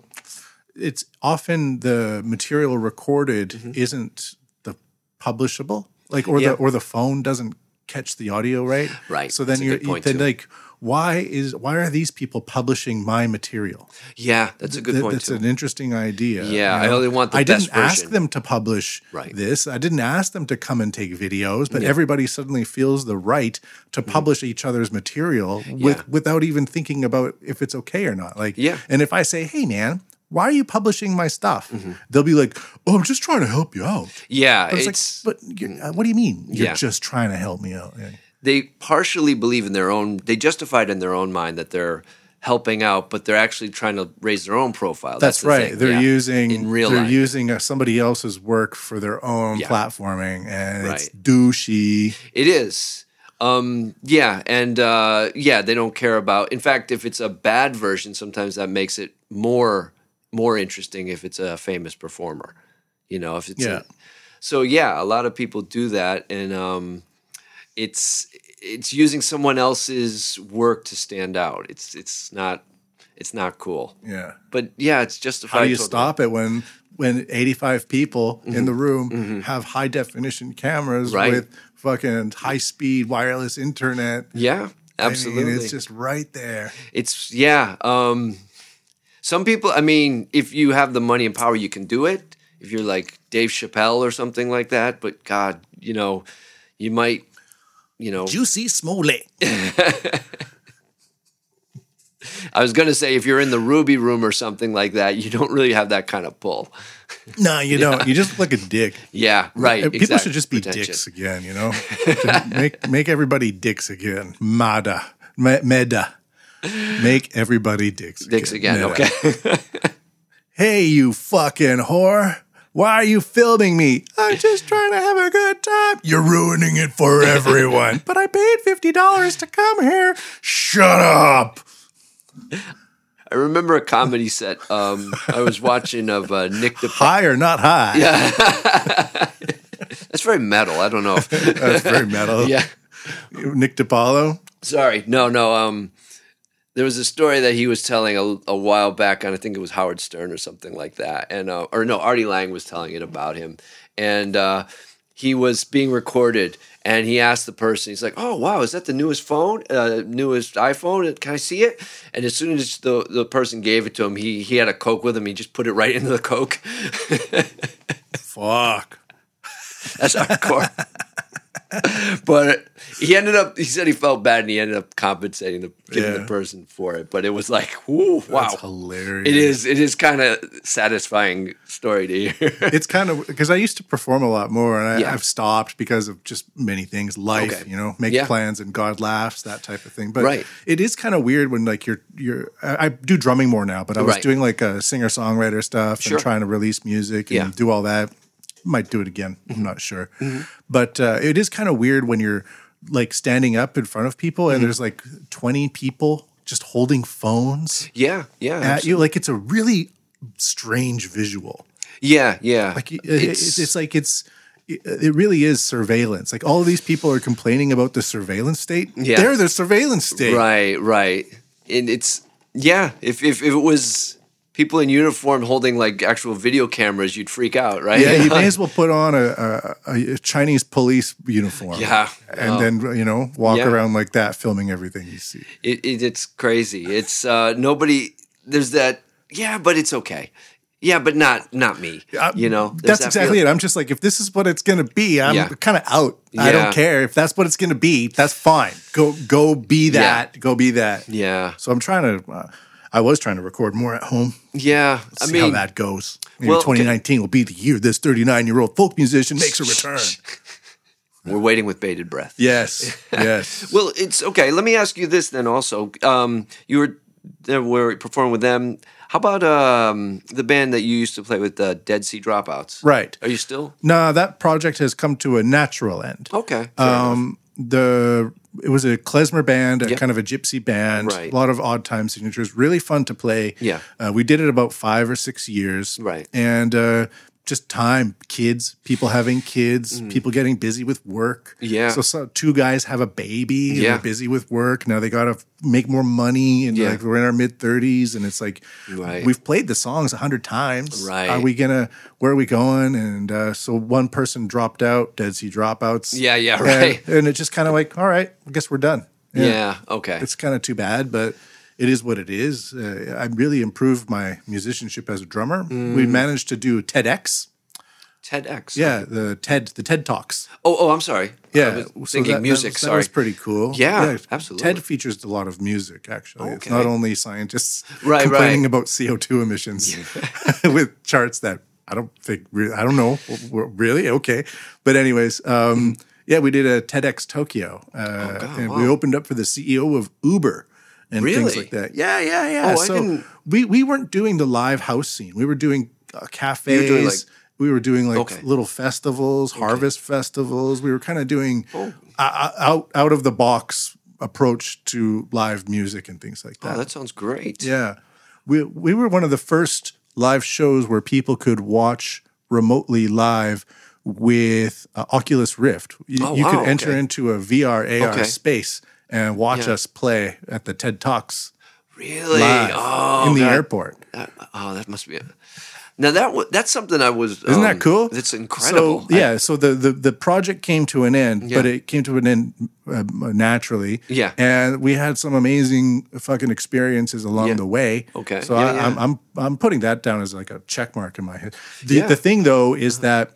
Speaker 1: it's often the material recorded isn't the publishable, like or
Speaker 2: Mm-hmm. Yeah.
Speaker 1: the or the phone doesn't catch the audio right.
Speaker 2: Right.
Speaker 1: So
Speaker 2: That's
Speaker 1: then
Speaker 2: a
Speaker 1: you're
Speaker 2: good point,
Speaker 1: then
Speaker 2: too.
Speaker 1: like, why is why are these people publishing my material?
Speaker 2: Yeah, that's a good
Speaker 1: Th-
Speaker 2: point.
Speaker 1: That's
Speaker 2: too.
Speaker 1: an interesting idea.
Speaker 2: Yeah, I only want the
Speaker 1: I
Speaker 2: best
Speaker 1: didn't ask
Speaker 2: version.
Speaker 1: them to publish
Speaker 2: Right.
Speaker 1: this. I didn't ask them to come and take videos, but everybody suddenly feels the right to publish each other's material with
Speaker 2: Mm-hmm. Yeah.
Speaker 1: without even thinking about if it's okay or not. Like,
Speaker 2: Yeah.
Speaker 1: And if I say, "Hey, man." Why are you publishing my stuff?
Speaker 2: Mm-hmm.
Speaker 1: They'll be like, "Oh, I'm just trying to help you out."
Speaker 2: Yeah,
Speaker 1: I was
Speaker 2: it's
Speaker 1: like, "But you're, uh, what do you mean? You're
Speaker 2: Yeah.
Speaker 1: just trying to help me out?" Yeah.
Speaker 2: they partially believe in their own. They justify it in their own mind that they're helping out, but they're actually trying to raise their own profile.
Speaker 1: That's,
Speaker 2: the
Speaker 1: right.
Speaker 2: thing,
Speaker 1: They're
Speaker 2: yeah,
Speaker 1: using
Speaker 2: in real
Speaker 1: they're
Speaker 2: life.
Speaker 1: using uh, somebody else's work for their own
Speaker 2: Yeah.
Speaker 1: platforming, and it's
Speaker 2: Right.
Speaker 1: douchey.
Speaker 2: it is. Um, yeah, and uh, yeah, they don't care about. In fact, if it's a bad version, sometimes that makes it more more interesting if it's a famous performer. You know, if it's a-
Speaker 1: Yeah.
Speaker 2: so yeah, a lot of people do that, and um, it's it's using someone else's work to stand out. It's it's not it's not cool.
Speaker 1: Yeah.
Speaker 2: But yeah, it's justified.
Speaker 1: How do you
Speaker 2: totally. Mm-hmm.
Speaker 1: stop it when when 85 people in the room have high definition cameras
Speaker 2: Right.
Speaker 1: with fucking high speed wireless internet?
Speaker 2: Yeah,
Speaker 1: I mean,
Speaker 2: absolutely.
Speaker 1: it's just right there.
Speaker 2: it's yeah. Um, some people, I mean, if you have the money and power, you can do it. If you're like Dave Chappelle or something like that, but God, you know, you might, you know,
Speaker 1: Juicy Smollett.
Speaker 2: I was gonna say if you're in the Ruby Room or something like that, you don't really have that kind of pull.
Speaker 1: no, you don't. You just look like a dick.
Speaker 2: Yeah, right.
Speaker 1: People
Speaker 2: exact-
Speaker 1: should just be
Speaker 2: pretension.
Speaker 1: dicks again, you know? Just make make everybody dicks again. Mada. Me- meda. Make everybody dicks again.
Speaker 2: Dicks again.
Speaker 1: Meda.
Speaker 2: Okay.
Speaker 1: Hey, you fucking whore. Why are you filming me? I'm just trying to have a good time. You're ruining it for everyone. but I paid $50 to come here. Shut up.
Speaker 2: I remember a comedy set um, I was watching of uh, Nick De.
Speaker 1: High or not high? Yeah.
Speaker 2: That's very metal. I don't know. If,
Speaker 1: That's very metal.
Speaker 2: yeah.
Speaker 1: Nick DiPaolo?
Speaker 2: Sorry. No, no. Um, there was a story that he was telling a, a while back on, I think it was Howard Stern or something like that. And, uh, or no, Artie Lang was telling it about him. And, uh, he was being recorded and he asked the person, he's like, "Oh wow, is that the newest phone? Uh, newest iPhone? Uh, Can I see it?" And as soon as the the person gave it to him, he he had a Coke with him. He just put it right into the Coke.
Speaker 1: Fuck.
Speaker 2: That's hardcore. but he ended up. He said he felt bad, and he ended up compensating the giving
Speaker 1: Yeah.
Speaker 2: the person for it. But it was like, whoo, wow,
Speaker 1: That's hilarious.
Speaker 2: it is. It is kind of satisfying story to hear.
Speaker 1: It's kind of because I used to perform a lot more, and I,
Speaker 2: Yeah.
Speaker 1: I've stopped because of just many things, life,
Speaker 2: Okay.
Speaker 1: you know, make
Speaker 2: Yeah.
Speaker 1: plans and God laughs, that type of thing. But
Speaker 2: Right.
Speaker 1: it is kind of weird when like you're you're. I, I do drumming more now, but I was
Speaker 2: Right.
Speaker 1: doing like a singer songwriter stuff
Speaker 2: Sure.
Speaker 1: and trying to release music and
Speaker 2: Yeah. Mm-hmm.
Speaker 1: do all that. Might do it again. I'm not sure, but uh, it is kind of weird when you're like standing up in front of people
Speaker 2: Mm-hmm.
Speaker 1: and there's like 20 people just holding phones
Speaker 2: yeah, yeah,
Speaker 1: at Uh, you. Like it's a really strange visual.
Speaker 2: yeah, yeah.
Speaker 1: Like it- it's, it's, like it's it- it really is surveillance. Like all of these people are complaining about the surveillance state.
Speaker 2: Yeah.
Speaker 1: They're the surveillance state.
Speaker 2: Right, right. And it's yeah. If if, if it was people in uniform holding like actual video cameras, you'd freak out, right?
Speaker 1: Yeah, you may as well put on a, a, a Chinese police uniform.
Speaker 2: Yeah. Oh.
Speaker 1: and then you know walk
Speaker 2: Yeah.
Speaker 1: around like that, filming everything you see.
Speaker 2: It, it it's crazy. It's uh nobody. There's that. Yeah, but it's okay. Yeah, but not not me.
Speaker 1: I-
Speaker 2: you know, There's
Speaker 1: Uh, that's
Speaker 2: that
Speaker 1: exactly it.
Speaker 2: feeling.
Speaker 1: I'm just like, if this is what it's gonna be, I'm
Speaker 2: Yeah.
Speaker 1: kind of out. I
Speaker 2: Yeah.
Speaker 1: don't care if that's what it's gonna be. That's fine. Go go be
Speaker 2: Yeah.
Speaker 1: that. Go be that.
Speaker 2: Yeah,
Speaker 1: So I'm trying to. Uh, I was trying to record more at home.
Speaker 2: yeah. I
Speaker 1: see
Speaker 2: mean,
Speaker 1: how that goes. Maybe
Speaker 2: Well,
Speaker 1: 2019 will be the year this 39 year old folk musician makes a return.
Speaker 2: we're waiting with bated breath.
Speaker 1: yes, yes.
Speaker 2: Well, it's okay. Let me ask you this then. Also, um, you were there were performing with them. How about um, the band that you used to play with, the Dead Sea Dropouts?
Speaker 1: right.
Speaker 2: Are you still
Speaker 1: Nah, that project has come to a natural end.
Speaker 2: okay? fair enough.
Speaker 1: Um, the it was a klezmer band, a
Speaker 2: Yep.
Speaker 1: kind of a gypsy band.
Speaker 2: Right.
Speaker 1: A lot of odd time signatures. Really fun to play.
Speaker 2: Yeah.
Speaker 1: uh, we did it about five or six years.
Speaker 2: Right.
Speaker 1: and uh, just time, kids, people having kids, people getting busy with work.
Speaker 2: Mm. Yeah.
Speaker 1: so, so two guys have a baby. and
Speaker 2: Yeah.
Speaker 1: they're busy with work. Now they got to make more money, and
Speaker 2: Yeah.
Speaker 1: like we're in our mid thirties, and it's like
Speaker 2: Right.
Speaker 1: we've played the songs a hundred times.
Speaker 2: Right.
Speaker 1: are we gonna? Where are we going? And uh, so one person dropped out. Dead Sea dropouts.
Speaker 2: Yeah, yeah,
Speaker 1: And-
Speaker 2: right.
Speaker 1: And, it's just kind of like, all right, I guess we're done.
Speaker 2: yeah. Okay.
Speaker 1: It's kind of too bad, but it is what it is. Uh, I really improved my musicianship as a drummer.
Speaker 2: Mm.
Speaker 1: We managed to do TEDx.
Speaker 2: TEDx.
Speaker 1: Yeah, the TED the TED Talks.
Speaker 2: Oh, oh, I'm sorry. I
Speaker 1: Yeah,
Speaker 2: was
Speaker 1: so
Speaker 2: thinking
Speaker 1: that- that
Speaker 2: music.
Speaker 1: was- That
Speaker 2: sorry.
Speaker 1: was pretty cool.
Speaker 2: Yeah, absolutely.
Speaker 1: TED features a lot of music. Actually, it's
Speaker 2: Okay.
Speaker 1: not only scientists
Speaker 2: Right,
Speaker 1: complaining
Speaker 2: right.
Speaker 1: about CO two emissions with charts that I don't think re- I don't know Were- really okay. But anyways, um,
Speaker 2: Mm-hmm.
Speaker 1: yeah, we did a TEDx Tokyo,
Speaker 2: Oh,
Speaker 1: uh, and we opened up for the CEO of Uber. And things
Speaker 2: Really?
Speaker 1: like that. Yeah, yeah, yeah.
Speaker 2: Oh, I
Speaker 1: so
Speaker 2: didn't-
Speaker 1: we we weren't doing the live house scene. We were doing uh, cafes.
Speaker 2: like-
Speaker 1: we were doing like
Speaker 2: Okay.
Speaker 1: little festivals, harvest festivals. We were kind of doing
Speaker 2: Oh.
Speaker 1: uh, out out of the box approach to live music and things like
Speaker 2: oh,
Speaker 1: that.
Speaker 2: that sounds great.
Speaker 1: yeah, we we were one of the first live shows where people could watch remotely live with uh, Oculus Rift. You,
Speaker 2: Oh,
Speaker 1: you
Speaker 2: wow,
Speaker 1: could enter
Speaker 2: okay.
Speaker 1: into a VR AR
Speaker 2: Okay.
Speaker 1: space and watch
Speaker 2: Yeah.
Speaker 1: us play at the TED Talks
Speaker 2: Really?
Speaker 1: live
Speaker 2: oh,
Speaker 1: in the
Speaker 2: God.
Speaker 1: airport.
Speaker 2: That, oh, that must be. A, now that wa- that's something I was. um,
Speaker 1: Isn't that cool?
Speaker 2: That's Oh, incredible.
Speaker 1: So, yeah. so the, the the project came to an end, but
Speaker 2: Yeah.
Speaker 1: it came to an end uh, naturally.
Speaker 2: Yeah.
Speaker 1: And we had some amazing fucking experiences along
Speaker 2: Yeah.
Speaker 1: the way.
Speaker 2: Okay.
Speaker 1: So
Speaker 2: Yeah,
Speaker 1: I,
Speaker 2: yeah.
Speaker 1: I'm I'm I'm putting that down as like a check mark in my head. The
Speaker 2: Yeah. Uh-huh.
Speaker 1: the thing though is that.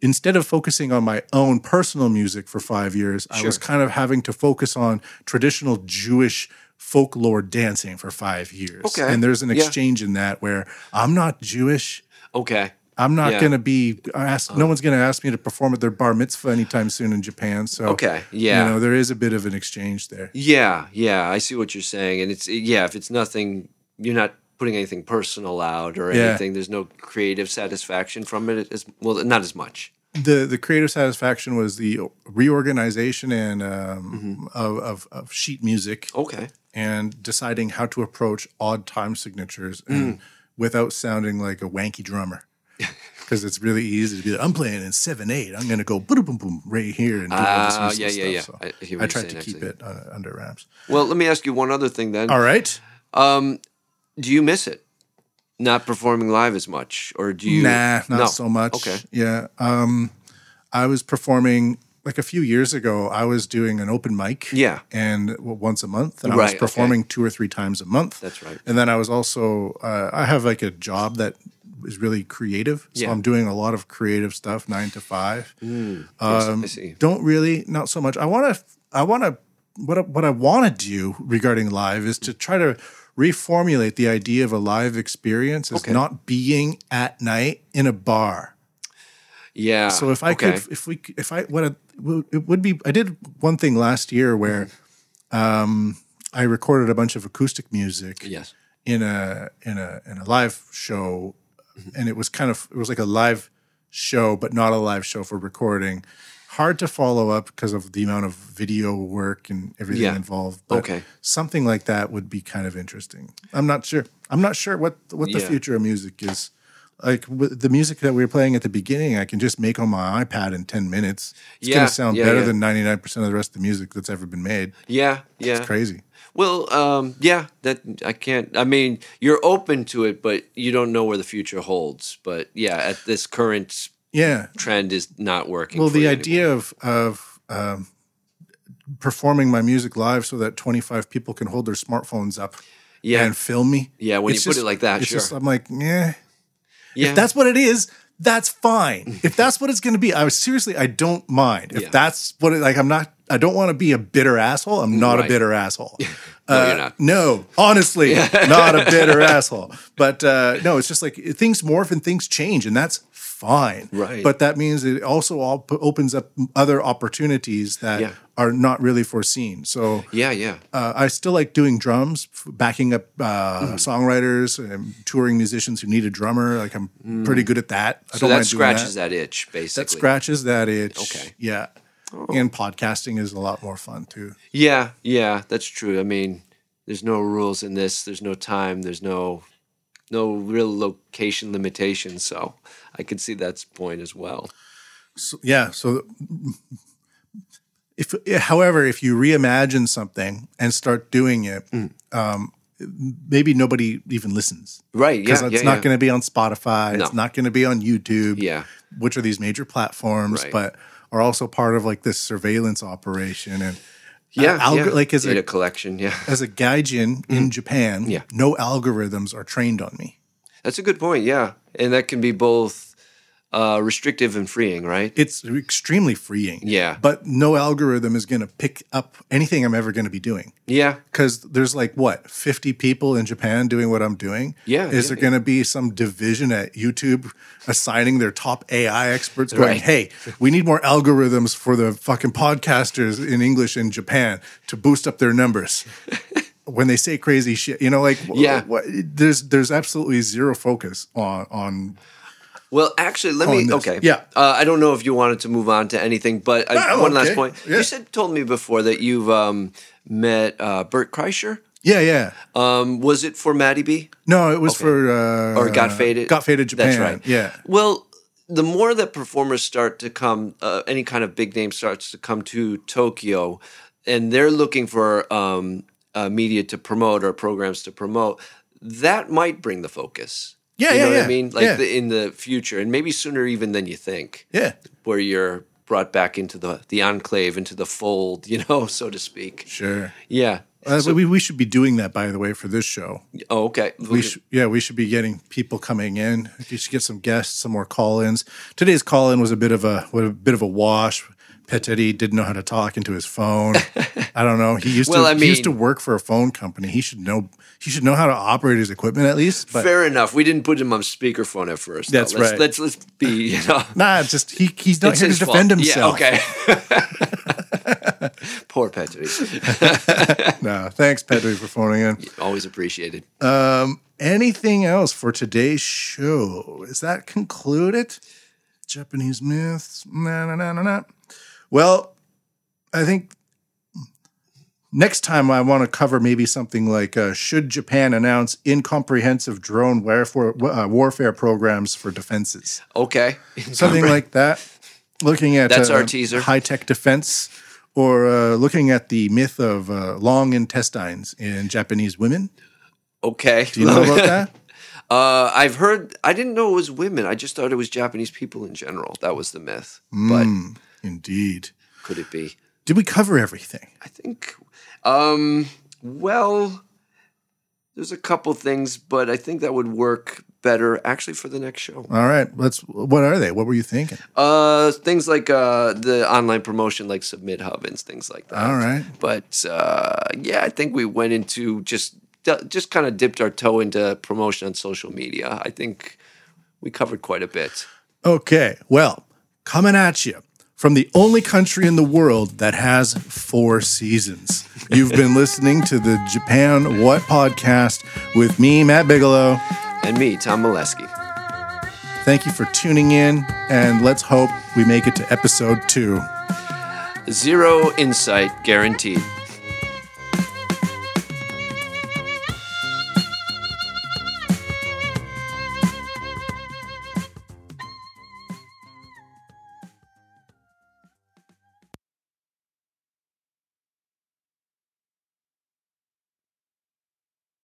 Speaker 1: Instead of focusing on my own personal music for five years, I was kind of having to focus on traditional Jewish folklore dancing for five years.
Speaker 2: Okay.
Speaker 1: And there's an
Speaker 2: Yeah.
Speaker 1: exchange in that where I'm not Jewish.
Speaker 2: I- okay.
Speaker 1: I'm not
Speaker 2: Yeah. Uh-huh.
Speaker 1: going to be asked. no one's going to ask me to perform at their bar mitzvah anytime soon in Japan. So
Speaker 2: Okay, yeah.
Speaker 1: you know there is a bit of an exchange there.
Speaker 2: Yeah, yeah. I see what you're saying, and it's yeah. If it's nothing, you're not putting anything personal out or
Speaker 1: Yeah.
Speaker 2: anything. There's no creative satisfaction from it. As, well, not as much.
Speaker 1: the The creative satisfaction was the reorganization and
Speaker 2: Mm-hmm.
Speaker 1: um, of, of of sheet music
Speaker 2: Okay.
Speaker 1: and deciding how to approach odd time signatures
Speaker 2: Mm.
Speaker 1: and without sounding like a wanky drummer. Because it's really easy to be like, I'm playing in 7 8. I'm going to go boom, boom, boom, right here. And do all this
Speaker 2: Ah,
Speaker 1: useless
Speaker 2: yeah, yeah,
Speaker 1: stuff.
Speaker 2: yeah. I hear
Speaker 1: So I,
Speaker 2: what you're
Speaker 1: tried to
Speaker 2: saying,
Speaker 1: keep it uh, under wraps.
Speaker 2: Well, let me ask you one other thing then.
Speaker 1: All right.
Speaker 2: Um, do you miss it? Not performing live as much, or do you?
Speaker 1: Nah, not
Speaker 2: No.
Speaker 1: so much.
Speaker 2: Okay.
Speaker 1: Yeah. Um, I was performing like a few years ago. I was doing an open mic,
Speaker 2: Yeah.
Speaker 1: and well, once a month, and I
Speaker 2: Right,
Speaker 1: was
Speaker 2: okay.
Speaker 1: performing two or three times a month.
Speaker 2: That's right.
Speaker 1: And then I was also uh, I have like a job that is really creative, so
Speaker 2: Yeah.
Speaker 1: I'm doing a lot of creative stuff, nine to five. Um,
Speaker 2: I see.
Speaker 1: Don't really, not so much. I want to, I want to. What I, what I want to do regarding live is to try to reformulate the idea of a live experience as
Speaker 2: Okay.
Speaker 1: not being at night in a bar.
Speaker 2: Yeah.
Speaker 1: So if I
Speaker 2: okay.
Speaker 1: could, if we, if I, what I, it would be, I did one thing last year where, um,
Speaker 2: Mm-hmm.
Speaker 1: I recorded a bunch of acoustic music
Speaker 2: yes.
Speaker 1: in a in a in a live show,
Speaker 2: Mm-hmm.
Speaker 1: and it was kind of it was like a live show, but not a live show for recording. Hard to follow up because of the amount of video work and everything
Speaker 2: Yeah.
Speaker 1: involved. But
Speaker 2: Okay.
Speaker 1: something like that would be kind of interesting. I'm not sure. I'm not sure what what the
Speaker 2: Yeah.
Speaker 1: future of music is. Like with the music that we were playing at the beginning, I can just make on my iPad in ten minutes. It's
Speaker 2: Yeah,
Speaker 1: gonna sound
Speaker 2: yeah,
Speaker 1: better
Speaker 2: yeah.
Speaker 1: than ninety nine percent of the rest of the music that's ever been made.
Speaker 2: Yeah. Yeah.
Speaker 1: It's crazy.
Speaker 2: Well, um, yeah, that I can't. I mean, you're open to it, but you don't know where the future holds. But yeah, at this current
Speaker 1: Yeah,
Speaker 2: trend is not working.
Speaker 1: well
Speaker 2: for
Speaker 1: the
Speaker 2: you
Speaker 1: idea of of um, performing my music live so that 25 people can hold their smartphones up
Speaker 2: Yeah.
Speaker 1: and film me
Speaker 2: Yeah, when you put it like that,
Speaker 1: it's
Speaker 2: sure.
Speaker 1: just i'm like yeah
Speaker 2: anymore. yeah,
Speaker 1: if that's what it is that's fine if that's what it's going to be i was seriously i don't mind if
Speaker 2: Yeah.
Speaker 1: that's what it like i'm not i don't want to be a bitter asshole i'm not a
Speaker 2: Right.
Speaker 1: bitter asshole
Speaker 2: No,
Speaker 1: uh,
Speaker 2: you're not.
Speaker 1: no honestly not a bitter asshole but uh, no it's just like things morph and things change and that's fine
Speaker 2: Right.
Speaker 1: but that means it also all p- opens up other opportunities that
Speaker 2: Yeah.
Speaker 1: are not really foreseen so
Speaker 2: yeah, yeah.
Speaker 1: uh, I still like doing drums, f- backing up uh,
Speaker 2: Mm.
Speaker 1: songwriters and touring musicians who need a drummer. Like I'm pretty good at that. I
Speaker 2: Mm. So
Speaker 1: don't
Speaker 2: that
Speaker 1: mind
Speaker 2: scratches
Speaker 1: doing
Speaker 2: that. itch, basically.
Speaker 1: that. That scratches that itch.
Speaker 2: Okay. Oh.
Speaker 1: Yeah. And podcasting is a lot more fun too.
Speaker 2: yeah, yeah, that's true. I mean, there's no rules in this. There's no time. There's no no real location limitation. So I can see that point as well.
Speaker 1: So, yeah. So, if however, if you reimagine something and start doing it,
Speaker 2: Mm.
Speaker 1: um, maybe nobody even listens.
Speaker 2: Right? Yeah,
Speaker 1: because
Speaker 2: yeah,
Speaker 1: it's not
Speaker 2: yeah.
Speaker 1: going to be on Spotify. It's
Speaker 2: No.
Speaker 1: not going to be on YouTube.
Speaker 2: Yeah.
Speaker 1: which are these major platforms,
Speaker 2: Right.
Speaker 1: but are also part of like this surveillance operation and
Speaker 2: yeah,
Speaker 1: uh, alg-
Speaker 2: yeah.
Speaker 1: like as
Speaker 2: data
Speaker 1: a
Speaker 2: collection. Yeah.
Speaker 1: as a gaijin in Japan,
Speaker 2: Mm. Yeah.
Speaker 1: no algorithms are trained on me.
Speaker 2: That's a good point. Yeah, and that can be both uh, restrictive and freeing, right?
Speaker 1: It's extremely freeing.
Speaker 2: Yeah.
Speaker 1: but no algorithm is going to pick up anything I'm ever going to be doing.
Speaker 2: Yeah,
Speaker 1: because there's like what 50 people in Japan doing what I'm doing.
Speaker 2: Yeah,
Speaker 1: is
Speaker 2: yeah,
Speaker 1: there
Speaker 2: yeah.
Speaker 1: going to be some division at YouTube assigning their top AI experts going,
Speaker 2: Right.
Speaker 1: "Hey, we need more algorithms for the fucking podcasters in English in Japan to boost up their numbers." when they say crazy shit, you know, like wh-
Speaker 2: Yeah.
Speaker 1: wh- there's there's absolutely zero focus on on.
Speaker 2: Well, actually, let me.
Speaker 1: this.
Speaker 2: Okay.
Speaker 1: Oh, Yeah.
Speaker 2: Uh, I don't know if you wanted to move on to anything, but I,
Speaker 1: No,
Speaker 2: one
Speaker 1: okay.
Speaker 2: last point.
Speaker 1: Yeah.
Speaker 2: You said told me before that you've um, met uh, Bert Kreischer.
Speaker 1: Yeah, yeah.
Speaker 2: Um, was it for Maddie B
Speaker 1: No, it was for uh,
Speaker 2: or Got Faded?
Speaker 1: Got faded Japan.
Speaker 2: That's right.
Speaker 1: Yeah.
Speaker 2: Well, the more that performers start to come, uh, any kind of big name starts to come to Tokyo, and they're looking for um, uh, media to promote or programs to promote. That might bring the focus.
Speaker 1: Yeah,
Speaker 2: you
Speaker 1: yeah,
Speaker 2: know what
Speaker 1: yeah,
Speaker 2: I mean. Like
Speaker 1: yeah.
Speaker 2: the, in the future, and maybe sooner even than you think
Speaker 1: Yeah.
Speaker 2: where you're brought back into the the enclave, into the fold, you know, so to speak.
Speaker 1: Sure.
Speaker 2: Yeah.
Speaker 1: Uh, we, we should be doing that, by the way, for this show.
Speaker 2: Oh, okay.
Speaker 1: we should, yeah, we should be getting people coming in. We should get some guests, some more call-ins. Today's call-in was a bit of a, was a bit of a wash. Petetti didn't know how to talk into his phone. I don't know. He used
Speaker 2: Well,
Speaker 1: to
Speaker 2: I
Speaker 1: he used to
Speaker 2: mean-
Speaker 1: work for a phone company. He should know he should know how to operate his equipment at least. But
Speaker 2: Fair enough. We didn't put him on speakerphone at first. though.
Speaker 1: That's
Speaker 2: let's,
Speaker 1: right.
Speaker 2: Let's let's be you know.
Speaker 1: nah, it's just he he's not
Speaker 2: it's
Speaker 1: here to
Speaker 2: his fault.
Speaker 1: defend himself.
Speaker 2: Yeah, okay. Poor Petri.
Speaker 1: No, thanks Petetti for phoning in.
Speaker 2: Always appreciated.
Speaker 1: Anything else for today's show? Is that concluded? Japanese myths. Na na na na na. Well, I think next time I want to cover maybe something like uh, should Japan announce incomprehensive drone warfare, uh, warfare programs for defenses?
Speaker 2: Okay.
Speaker 1: Something like that. Looking at
Speaker 2: That's our teaser.
Speaker 1: high tech defense, or uh, looking at the myth of uh, long intestines in Japanese women.
Speaker 2: Okay.
Speaker 1: Do you know about that?
Speaker 2: Uh, I've heard. I didn't know it was women. I just thought it was Japanese people in general. That was the myth.
Speaker 1: Mm, indeed.
Speaker 2: But could it be?
Speaker 1: Did we cover everything?
Speaker 2: I think. Um, well, there's a couple things, but I think that would work better actually for the next show.
Speaker 1: All right. Let's. What are they? What were you thinking?
Speaker 2: Uh, things like uh, the online promotion, like Submit Hub and things like that.
Speaker 1: All right.
Speaker 2: But uh, yeah, I think we went into just just kind of dipped our toe into promotion on social media. I think we covered quite a bit.
Speaker 1: Okay. Well, coming at you from the only country in the world that has four seasons. You've been listening to the Japan What podcast with me, Matt Bigelow.
Speaker 2: And me, Tom Molesky.
Speaker 1: Thank you for tuning in, and let's hope we make it to episode two.
Speaker 2: Zero insight guaranteed.